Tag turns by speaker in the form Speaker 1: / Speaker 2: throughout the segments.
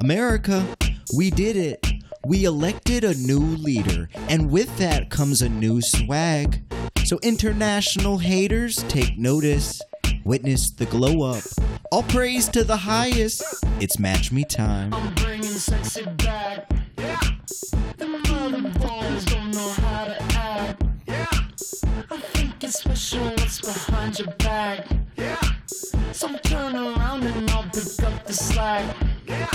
Speaker 1: America, we did it. We elected a new leader, and with that comes a new swag. So, international haters, take notice. Witness the glow up. All praise to the highest. It's match me time.
Speaker 2: I'm bringing sexy back. Yeah. Them other boys don't know how to act. Yeah. I think it's special what's behind your back. Yeah. So turn around and I'll pick up the slack. Yeah.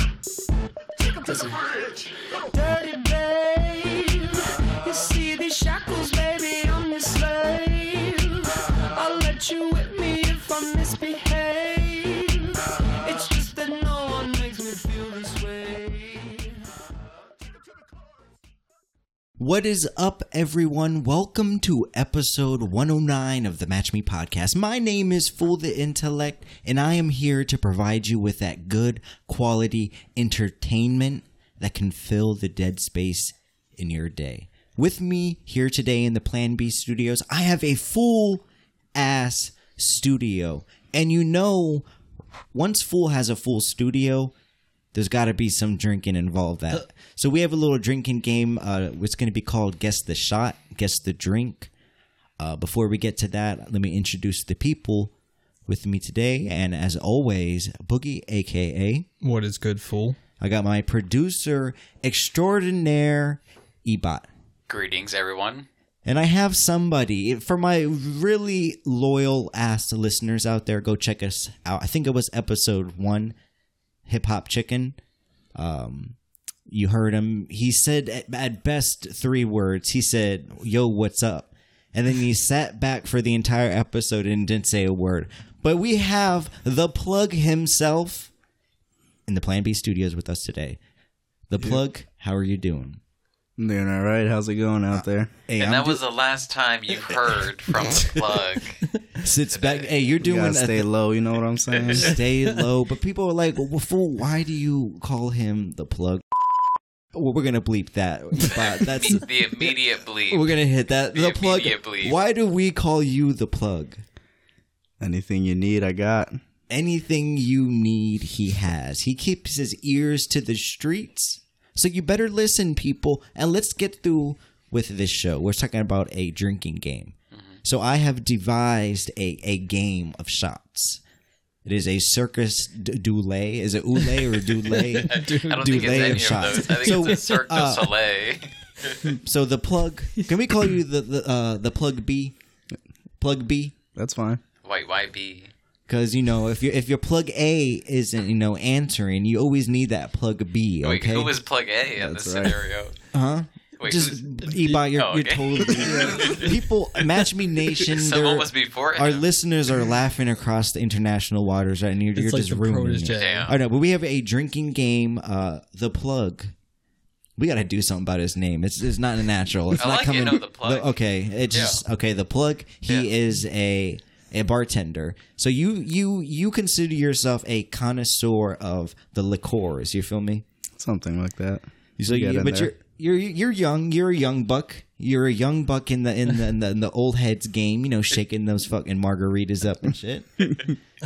Speaker 2: Take up this bridge. Dirty babe. You see these shackles, baby, I'm your slave. I'll let you with me if I misbehave. It's just that no one makes me feel this way.
Speaker 1: What is up, everyone? Welcome to episode 109 of the Match Me podcast. My name is Fool the Intellect, and I am here to provide you with that good quality entertainment that can fill the dead space in your day. With me here today in the Plan B studios, I have a full ass studio. And you know, once Fool has a full studio, there's got to be some drinking involved that so we have a little drinking game uh it's going to be called guess the shot guess the drink uh before we get to that let me introduce the people with me today and as always boogie aka
Speaker 3: What is good, fool?
Speaker 1: i got my producer extraordinaire ebot
Speaker 4: Greetings, everyone.
Speaker 1: and I have somebody for my really loyal ass listeners out there. Go check us out. I think it was episode one, Hip Hop Chicken. Um, you heard him. He said at, at best three words. He said, "Yo, what's up?" And then he sat back for the entire episode and didn't say a word. But we have the plug himself in the Plan B Studios with us today. The plug, how are you doing?
Speaker 5: I'm doing all right. How's it going out there?
Speaker 1: Hey,
Speaker 4: and
Speaker 1: I'm
Speaker 4: that was the last time you heard from the plug.
Speaker 1: sits back. Hey, you're
Speaker 5: You
Speaker 1: doing
Speaker 5: gotta
Speaker 1: a
Speaker 5: stay low. You know what I'm saying?
Speaker 1: stay low. But people are like, well, fool, why do you call him the plug? Well, we're gonna bleep that. But that's
Speaker 4: the immediate bleep.
Speaker 1: we're gonna hit that. The plug.
Speaker 4: immediate bleep.
Speaker 1: Why do we call you the plug?
Speaker 5: Anything you need, I got.
Speaker 1: Anything you need, he has. He keeps his ears to the streets. So you better listen, people, and let's get through with this show. We're talking about a drinking game. So I have devised a, a game of shots. It is a circus d- doulet. Is it oulay or doulet?
Speaker 4: I don't think it's
Speaker 1: Delay
Speaker 4: any
Speaker 1: of
Speaker 4: of
Speaker 1: shots.
Speaker 4: those. I think
Speaker 1: So,
Speaker 4: it's a Cirque
Speaker 1: uh,
Speaker 4: du Soleil.
Speaker 1: so the plug. Can we call you the the uh, the plug B? Plug B.
Speaker 5: That's fine.
Speaker 4: Wait, why be?
Speaker 1: Because you know, if your if your plug A isn't you know answering, you always need that plug B.
Speaker 4: Wait,
Speaker 1: Okay,
Speaker 4: who was plug A in this
Speaker 5: That's right.
Speaker 4: scenario?
Speaker 1: huh?
Speaker 4: Wait,
Speaker 1: Just
Speaker 4: who's-
Speaker 1: Ebot, you're,
Speaker 4: Oh,
Speaker 1: you're
Speaker 4: okay.
Speaker 1: totally people. Match Me Nation.
Speaker 4: someone
Speaker 1: they're-
Speaker 4: was before
Speaker 1: Our
Speaker 4: him.
Speaker 1: listeners are laughing across the international waters, right? And you're, you're
Speaker 3: it's like
Speaker 1: just
Speaker 3: the
Speaker 1: ruining it.
Speaker 3: protege.
Speaker 4: Damn.
Speaker 1: I know, but we have a drinking game. Uh, the plug. We got to do something about his name. It's it's not natural. It's
Speaker 4: I
Speaker 1: not
Speaker 4: like it,
Speaker 1: coming.
Speaker 4: no, the plug.
Speaker 1: okay, it's
Speaker 4: Yeah.
Speaker 1: just okay. The plug. He is a a bartender. So you you you consider yourself a connoisseur of the liqueurs. You feel me?
Speaker 5: Something like that.
Speaker 1: So
Speaker 5: You
Speaker 1: you,
Speaker 5: get in
Speaker 1: but
Speaker 5: there.
Speaker 1: you're you're you're young. You're a young buck. You're a young buck in the in the, in the in the old heads game. You know, shaking those fucking margaritas up and shit.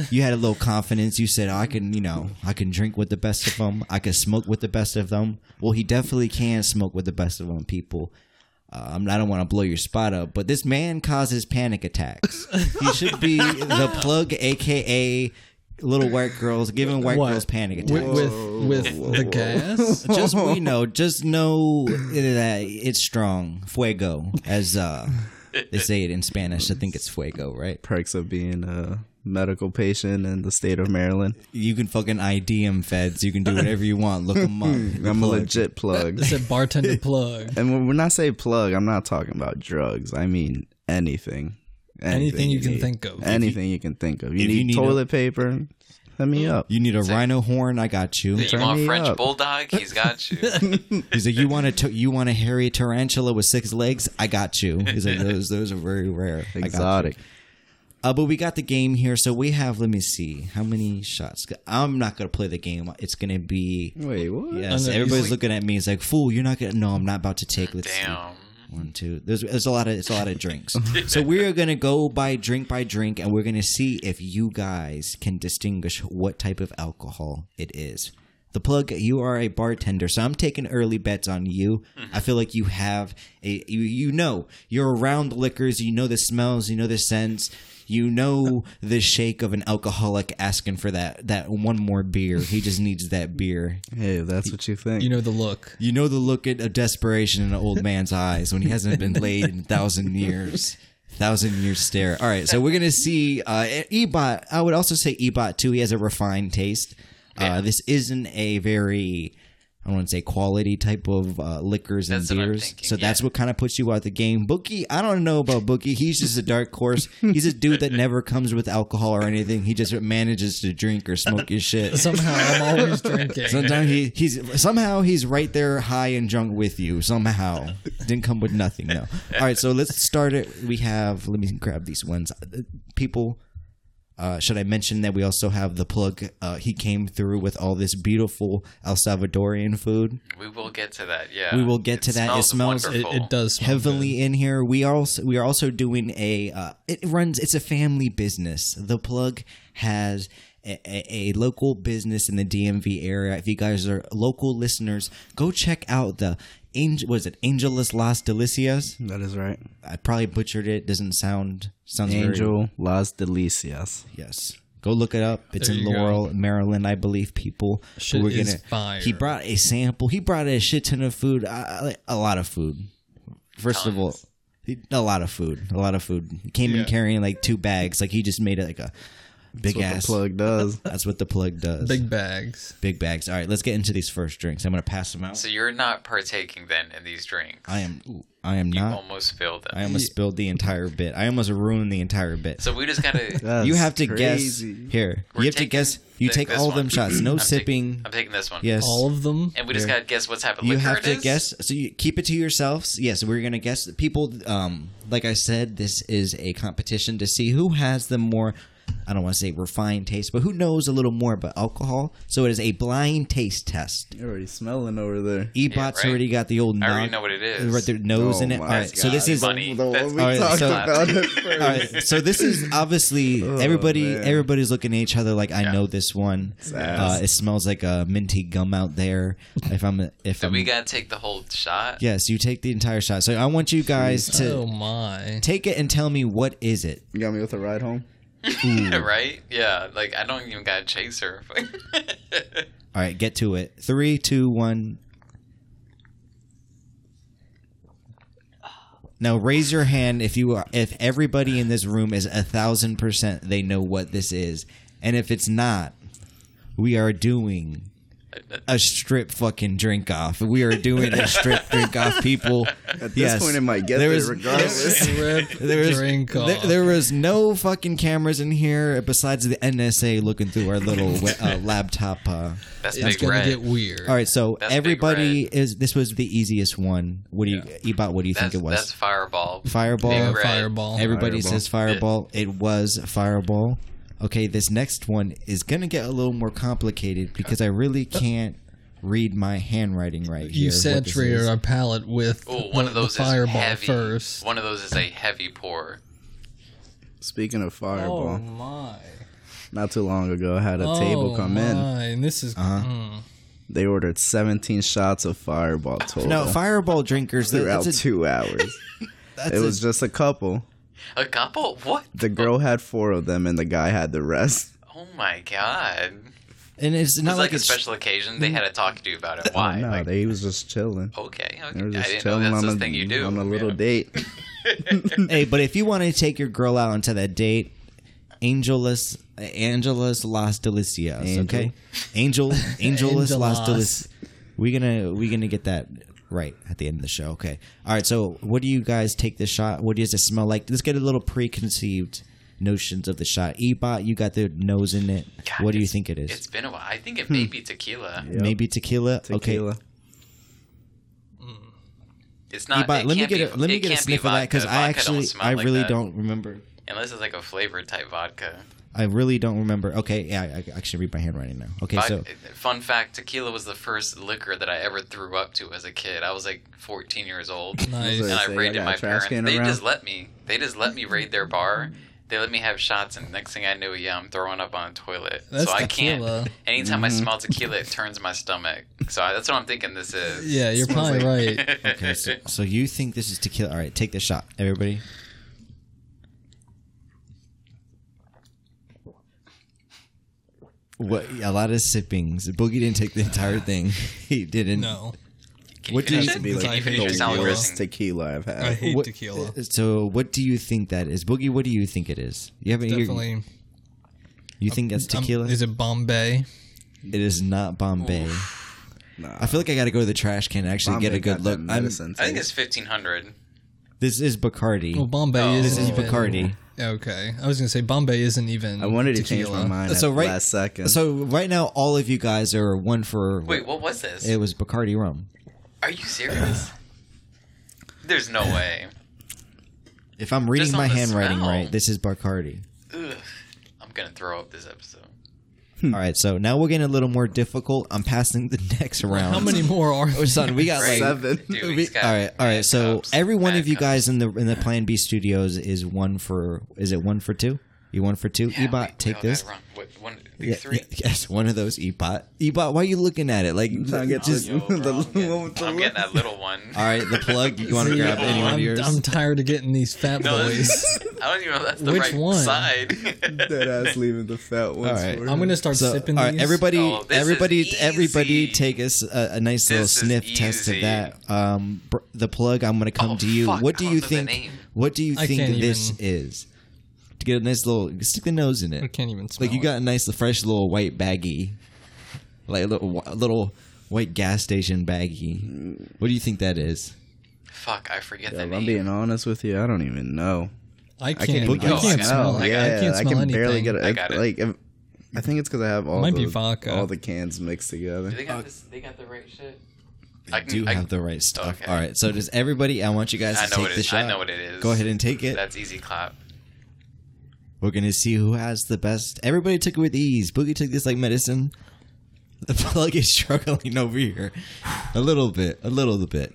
Speaker 1: you had a little confidence. You said, "I can, you know, I can drink with the best of them. I can smoke with the best of them." Well, he definitely can smoke with the best of them, people. Uh, I'm- I don't want to blow your spot up, but this man causes panic attacks. he should be the plug, aka little white girls giving white girls panic attacks
Speaker 3: With with, with the gas?
Speaker 1: just we know just know that it's strong fuego as uh they say it in spanish i think it's fuego right
Speaker 5: Perks of being a medical patient in the state of Maryland.
Speaker 1: you can fucking id 'em, feds you can do whatever you want look them up
Speaker 5: I'm a legit plug.
Speaker 3: It's a bartender plug.
Speaker 5: and when- when I say plug, I'm not talking about drugs. I mean anything.
Speaker 3: Anything you can
Speaker 5: need.
Speaker 3: think of.
Speaker 5: Anything you, can think of. You
Speaker 1: if you
Speaker 5: need,
Speaker 1: need a-
Speaker 5: toilet paper? Hit me up.
Speaker 1: you need a rhino horn i got you
Speaker 4: you want
Speaker 5: me
Speaker 4: French
Speaker 5: up.
Speaker 4: bulldog? He's got you.
Speaker 1: he's like you want a t- you want a hairy tarantula with six legs i got you he's like those those are very rare I got you.
Speaker 5: Exotic.
Speaker 1: Uh, but we got the game here, so we have. Let me see how many shots. I'm not gonna play the game. It's gonna be
Speaker 5: Wait, what?
Speaker 1: yes.
Speaker 3: Under-
Speaker 1: Everybody's
Speaker 3: he's-
Speaker 1: looking at me. It's like, fool, you're not gonna. No, I'm not about to take. Let's see.
Speaker 4: Damn.
Speaker 1: One, two. There's there's a lot of it's a lot of drinks. so we are gonna go by drink by drink, and we're gonna see if you guys can distinguish what type of alcohol it is. The plug, you are a bartender, so I'm taking early bets on you. I feel like you have a you, you know you're around liquors, you know the smells, you know the scents, you know the shake of an alcoholic asking for that that one more beer. He just needs that beer.
Speaker 5: Hey, if that's what you think.
Speaker 3: You know the look.
Speaker 1: You know the look at, of desperation in an old man's eyes when he hasn't been laid in a thousand years. Thousand year stare. All right, so we're gonna see uh, Ebot. I would also say Ebot too. He has a refined taste. Uh, this isn't a very, I don't want to say quality type of uh, liquors
Speaker 4: That's
Speaker 1: and
Speaker 4: what I'm
Speaker 1: beers.
Speaker 4: thinking,
Speaker 1: so that's
Speaker 4: yeah.
Speaker 1: what kind of puts you out the game. Bookie, I don't know about Bookie. He's just a dark horse. He's a dude that never comes with alcohol or anything. He just manages to drink or smoke his shit.
Speaker 3: Somehow I'm always drinking.
Speaker 1: Sometimes he, he's somehow he's right there high and drunk with you. Somehow didn't come with nothing though. All right, so let's start it. We have let me grab these ones. People, uh, should I mention that we also have the plug? Uh, he came through with all this beautiful El Salvadorian food.
Speaker 4: We will get to that. Yeah,
Speaker 1: We will get to that. It smells-
Speaker 3: it,
Speaker 4: wonderful.
Speaker 3: it does smell
Speaker 1: heavily in here. We are also we are also doing a uh, it runs it's a family business. The plug has a, a, a local business in the DMV area. If you guys are local listeners, go check out the Angel was it Angelus Las Delicias?
Speaker 5: that is right.
Speaker 1: I probably butchered it. Doesn't sound sounds very-
Speaker 5: Angel Las Delicias.
Speaker 1: Yes. Go look it up. It's
Speaker 3: There
Speaker 1: in
Speaker 3: you go.
Speaker 1: Laurel, Maryland, I believe. People,
Speaker 3: Shit is fire.
Speaker 1: He brought a sample. He brought a shit ton of food. I, I- a lot of food. First of all, he, a lot of food. A lot of food. He came in
Speaker 3: Yeah.
Speaker 1: carrying like two bags. Like he just made it like a big
Speaker 5: That's what
Speaker 1: ass.
Speaker 5: the plug does.
Speaker 1: That's what the plug does.
Speaker 3: good. big bags.
Speaker 1: Big bags. All right, let's get into these first drinks. I'm gonna pass them out.
Speaker 4: So you're not partaking then in these drinks.
Speaker 1: I am. ooh, I am
Speaker 4: You
Speaker 1: not.
Speaker 4: almost failed them.
Speaker 1: Uh-huh. I almost spilled the entire bit. I almost ruined the entire bit.
Speaker 4: so we just gotta.
Speaker 5: That's
Speaker 1: you have to
Speaker 5: crazy.
Speaker 1: guess here.
Speaker 4: We're
Speaker 1: you have to
Speaker 4: taking
Speaker 1: guess. You
Speaker 4: thi-
Speaker 1: take
Speaker 4: this
Speaker 1: all
Speaker 4: one.
Speaker 1: them shots. No
Speaker 4: I'm taking-
Speaker 1: sipping.
Speaker 4: I'm taking this one.
Speaker 1: yes.
Speaker 3: All of them.
Speaker 4: And we just gotta guess what type of
Speaker 1: you
Speaker 4: liquor
Speaker 1: have
Speaker 4: it
Speaker 1: to
Speaker 4: is?
Speaker 1: guess so you keep it to yourselves yes we're gonna guess people um like i said this is a competition to see who has the more i don't want to say refined taste but who knows a little more about alcohol so it is a blind taste test
Speaker 5: You're already smelling over there.
Speaker 1: ebot's
Speaker 4: right.
Speaker 1: already got the old
Speaker 4: I already
Speaker 1: nog-
Speaker 4: know what it is.
Speaker 1: right their nose in it all right so this is
Speaker 4: Money.
Speaker 5: Oh The
Speaker 4: That's-
Speaker 5: one we
Speaker 1: All right,
Speaker 5: talked
Speaker 1: so-
Speaker 5: about it first.
Speaker 1: all right, so this is obviously everybody.
Speaker 5: Oh, man.
Speaker 1: Everybody's looking at each other like, "I know this one." Uh,
Speaker 5: ass.
Speaker 1: it smells like a minty gum out there. If I'm, if
Speaker 4: So
Speaker 1: I'm,
Speaker 4: we gotta take the whole shot.
Speaker 1: yes, you take the entire shot. So I want you guys to
Speaker 3: oh my.
Speaker 1: Take it and tell me what is it.
Speaker 5: You got me with a ride home.
Speaker 4: right? Yeah. Like I don't even gotta chase her.
Speaker 1: All right, get to it. Three, two, one. Now raise your hand if you are if everybody in this room is a thousand percent they know what this is, and if it's not, we are doing a strip fucking drink off. We are doing a strip drink off, people.
Speaker 5: At this
Speaker 1: Yes.
Speaker 5: point, it might get
Speaker 1: There
Speaker 5: there,
Speaker 1: is-
Speaker 5: regardless.
Speaker 3: Rip
Speaker 1: There was,
Speaker 3: drink
Speaker 1: there,
Speaker 3: off.
Speaker 1: there was no fucking cameras in here besides the NSA looking through our little uh, laptop. Uh,
Speaker 4: That's
Speaker 3: it's
Speaker 4: big
Speaker 3: gonna
Speaker 4: red.
Speaker 3: get weird.
Speaker 1: All right, so
Speaker 4: That's big
Speaker 1: everybody
Speaker 4: red.
Speaker 1: is. This was the easiest one. What do you, Ebot? What do you
Speaker 4: that's,
Speaker 1: think it
Speaker 4: that's
Speaker 1: was?
Speaker 4: fireball.
Speaker 1: Fireball.
Speaker 4: big
Speaker 3: Uh,
Speaker 4: red.
Speaker 3: fireball.
Speaker 1: Everybody
Speaker 5: Fireball.
Speaker 1: says fireball. It was fireball. Okay, this next one is gonna get a little more complicated because I really can't read my handwriting right here.
Speaker 3: you
Speaker 1: what this
Speaker 3: saturated
Speaker 1: is.
Speaker 3: our palate with
Speaker 4: Ooh,
Speaker 3: the-
Speaker 4: one of those
Speaker 3: the fireball
Speaker 4: is heavy.
Speaker 3: first.
Speaker 4: One of those is a heavy pour.
Speaker 5: Speaking of Fireball,
Speaker 3: Oh
Speaker 1: Oh.
Speaker 3: my. Oh
Speaker 5: not too long ago, I had a table come in.
Speaker 3: And this is
Speaker 1: Uh-huh.
Speaker 3: mm,
Speaker 5: They ordered 17 shots of Fireball total
Speaker 1: No, fireball drinkers. that-
Speaker 5: throughout
Speaker 1: That's a,
Speaker 5: two hours.
Speaker 1: that's
Speaker 5: It was just a couple.
Speaker 4: A couple? What?
Speaker 5: The girl had four of them, and the guy had the rest.
Speaker 4: Oh my god.
Speaker 1: a, and it's not like,
Speaker 4: It's like a
Speaker 1: it's Oh,
Speaker 4: special occasion. They had to talk to you about it. Why?
Speaker 5: No,
Speaker 4: like,
Speaker 5: they was just chilling.
Speaker 4: okay, okay.
Speaker 5: They
Speaker 4: I
Speaker 5: were just
Speaker 4: didn't know
Speaker 5: chilling
Speaker 4: that's
Speaker 5: on
Speaker 4: the
Speaker 5: a,
Speaker 4: thing you do.
Speaker 5: on a little
Speaker 4: Yeah.
Speaker 5: date.
Speaker 1: hey, but if you want to take your girl out onto that date, Angelus, Angelus Las Delicias,
Speaker 5: Angel.
Speaker 1: okay? Angel, Angelus Las
Speaker 3: Angelas.
Speaker 1: Delicias. We're gonna we're gonna get that right at the end of the show, okay? All right. So, what do you guys take the shot? What does it smell like? Let's get a little preconceived notions of the shot. Ebot, you got the nose in it.
Speaker 4: God,
Speaker 1: what do you
Speaker 4: it's-
Speaker 1: think it
Speaker 4: It's
Speaker 1: is?
Speaker 4: been a while. I think it
Speaker 1: Hmm.
Speaker 4: may be tequila.
Speaker 5: Yep.
Speaker 1: Maybe tequila.
Speaker 5: Tequila.
Speaker 1: Okay.
Speaker 4: It's not.
Speaker 1: Ebot,
Speaker 4: it
Speaker 1: let me
Speaker 4: can't
Speaker 1: get
Speaker 4: be,
Speaker 1: a, let me
Speaker 4: it
Speaker 1: get a
Speaker 4: can't be
Speaker 1: sniff of that because
Speaker 4: vodka.
Speaker 1: I
Speaker 4: Vodka don't
Speaker 1: actually
Speaker 4: smell
Speaker 1: I
Speaker 4: like
Speaker 1: really
Speaker 4: that.
Speaker 1: don't remember.
Speaker 4: Unless it's like a flavored type vodka.
Speaker 1: I really don't remember. Okay, yeah, I, I actually read my handwriting now. Okay,
Speaker 4: Vod-
Speaker 1: so
Speaker 4: Fun fact: Tequila was the first liquor that I ever threw up to as a kid. I was like 14 years
Speaker 3: Nice.
Speaker 4: old, and
Speaker 5: I
Speaker 4: I
Speaker 5: was gonna say, I
Speaker 4: raided
Speaker 5: got a
Speaker 4: my
Speaker 5: trash
Speaker 4: parents.
Speaker 5: can
Speaker 4: They
Speaker 5: around.
Speaker 4: just let me. They just let me raid their bar. They let me have shots, and next thing I knew, yeah, I'm throwing up on a toilet.
Speaker 3: That's
Speaker 4: so I can't.
Speaker 3: tequila.
Speaker 4: Anytime
Speaker 1: Mm-hmm.
Speaker 4: I smell tequila, it turns my stomach. So I, that's what I'm thinking this is.
Speaker 3: Yeah, you're probably right.
Speaker 1: Okay, so, so you think this is tequila? All right, take the shot, everybody. What a lot of sippings. Boogie didn't take the entire thing. He didn't.
Speaker 3: No,
Speaker 4: Can
Speaker 1: What do
Speaker 4: finish
Speaker 1: you-
Speaker 4: it?
Speaker 5: Be
Speaker 4: Can you
Speaker 5: like
Speaker 3: It's
Speaker 4: finish
Speaker 3: like
Speaker 4: your salad
Speaker 5: the
Speaker 3: tequila.
Speaker 5: worst
Speaker 4: dressing?
Speaker 5: tequila I've
Speaker 3: I
Speaker 5: had.
Speaker 3: hate
Speaker 1: What- uh,
Speaker 3: tequila.
Speaker 1: So what do you think that is? Boogie, what do you think it is? You haven't you,
Speaker 3: Definitely.
Speaker 1: you think that's
Speaker 3: Um,
Speaker 1: tequila?
Speaker 3: is it Bombay?
Speaker 1: it is not Bombay.
Speaker 5: Nah.
Speaker 1: I feel like I got to go to the trash can and actually get
Speaker 5: Bombay
Speaker 1: a
Speaker 5: got
Speaker 1: good
Speaker 5: that
Speaker 1: look. I'm,
Speaker 5: medicine
Speaker 4: I think
Speaker 5: taste.
Speaker 4: it's 1500.
Speaker 1: this is Bacardi.
Speaker 3: Well, Bombay
Speaker 4: Oh.
Speaker 3: is
Speaker 1: this is
Speaker 3: even-
Speaker 1: Bacardi.
Speaker 3: Okay, I was gonna say Bombay isn't even.
Speaker 5: I wanted to
Speaker 3: tequila.
Speaker 5: change my mind
Speaker 1: So
Speaker 5: at
Speaker 1: right-
Speaker 5: the last second.
Speaker 1: So right now, all of you guys are one for.
Speaker 4: Wait, what was this?
Speaker 1: It was Bacardi rum.
Speaker 4: Are you serious? There's no way.
Speaker 1: If I'm reading
Speaker 4: Just
Speaker 1: my
Speaker 4: on the
Speaker 1: handwriting
Speaker 4: smell.
Speaker 1: right, this is Bacardi.
Speaker 4: Ugh. I'm gonna throw up this episode.
Speaker 5: Hmm.
Speaker 1: All right, so now we're getting a little more difficult. I'm passing the next round.
Speaker 3: How many more are?
Speaker 1: Oh, son, we got like
Speaker 5: Seven.
Speaker 4: Dude,
Speaker 1: we-
Speaker 4: he's got
Speaker 1: all right, all right.
Speaker 4: mad
Speaker 1: So
Speaker 4: cups,
Speaker 1: every one
Speaker 4: mad
Speaker 1: of you
Speaker 4: cups.
Speaker 1: guys in the in the Plan B studios is one for. Is it one for two? You one for two?
Speaker 4: Yeah,
Speaker 1: Ebot,
Speaker 4: we- we
Speaker 1: take
Speaker 4: all got
Speaker 1: this.
Speaker 4: it wrong. What, one,
Speaker 1: Yeah,
Speaker 4: these three.
Speaker 1: yeah, yes, one of those Ebot. Ebot, why are you looking at it? Like,
Speaker 5: trying to get
Speaker 1: just
Speaker 5: to-
Speaker 4: Yo, bro,
Speaker 5: The
Speaker 4: I'm,
Speaker 5: one with
Speaker 4: getting,
Speaker 5: the
Speaker 4: I'm getting that little one.
Speaker 1: all right. The plug. You want to grab
Speaker 3: Yeah,
Speaker 1: any one
Speaker 3: I'm,
Speaker 1: of yours?
Speaker 3: I'm tired of getting these fat
Speaker 4: No,
Speaker 3: boys.
Speaker 4: that's- I don't even know if that's the
Speaker 3: Which
Speaker 4: right
Speaker 3: one?
Speaker 4: side.
Speaker 5: Dead ass leaving the fat ones.
Speaker 1: right.
Speaker 5: for
Speaker 1: I'm
Speaker 5: her.
Speaker 3: I'm gonna start sipping
Speaker 1: all right,
Speaker 3: these.
Speaker 1: everybody,
Speaker 4: Oh, this is
Speaker 1: everybody,
Speaker 4: easy.
Speaker 1: everybody, take us a, a nice little
Speaker 4: This is
Speaker 1: sniff test of
Speaker 4: easy.
Speaker 1: that. Um, br- the plug. I'm gonna come
Speaker 4: Oh,
Speaker 1: to you.
Speaker 4: fuck,
Speaker 1: what do
Speaker 4: I
Speaker 1: you
Speaker 4: don't know the
Speaker 1: think?
Speaker 4: name.
Speaker 1: What do you
Speaker 3: I
Speaker 1: think
Speaker 3: can't
Speaker 1: this
Speaker 3: even-
Speaker 1: is? To get a nice little stick the nose in
Speaker 3: I
Speaker 1: it.
Speaker 3: can't even smell.
Speaker 1: Like you got a nice, fresh little white baggie, like a little, wh- little white gas station baggie. What do you think that is?
Speaker 4: Fuck, I forget
Speaker 5: Yeah,
Speaker 4: the
Speaker 5: if
Speaker 4: name.
Speaker 5: I'm being honest with you, I don't even
Speaker 3: It.
Speaker 5: know.
Speaker 3: I
Speaker 5: I
Speaker 3: can't.
Speaker 5: can't
Speaker 3: I
Speaker 5: even
Speaker 3: can't,
Speaker 4: Oh, I got it.
Speaker 3: smell. it.
Speaker 4: I got
Speaker 5: Yeah,
Speaker 4: it.
Speaker 3: I can't smell
Speaker 5: I can
Speaker 3: anything.
Speaker 5: barely get it.
Speaker 4: I got it.
Speaker 5: Like, if- I think it's because I have all
Speaker 3: Might be
Speaker 5: the,
Speaker 3: vodka.
Speaker 5: all the cans mixed together.
Speaker 4: Do they got this? They got the right shit.
Speaker 1: I
Speaker 4: can-
Speaker 1: do
Speaker 4: I-
Speaker 1: have the right stuff.
Speaker 4: Okay.
Speaker 1: All right, so does everybody? I want you guys
Speaker 4: I
Speaker 1: to
Speaker 4: know
Speaker 1: take
Speaker 4: what it
Speaker 1: the
Speaker 4: is. I
Speaker 1: shot.
Speaker 4: know what it is.
Speaker 1: Go ahead and take it.
Speaker 4: That's easy clap.
Speaker 1: We're gonna see who has the best. Everybody took it with ease. Boogie took this like medicine. The plug is struggling over here, a little bit, a little bit.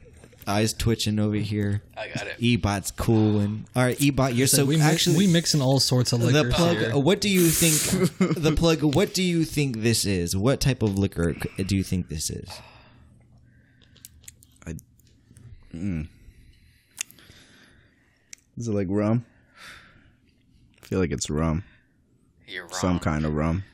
Speaker 1: Eyes twitching over here.
Speaker 4: I got it.
Speaker 1: Ebot's cooling. All right, Ebot, you're so,
Speaker 3: So we
Speaker 1: actually
Speaker 3: actually we mixing all sorts of
Speaker 1: the oh,
Speaker 3: liquors
Speaker 1: plug.
Speaker 3: here.
Speaker 1: What do you think? the plug. What do you think this is? What type of liquor c- do you think this is?
Speaker 5: Is it like rum? I feel like it's rum.
Speaker 4: You're wrong.
Speaker 5: Some kind of rum.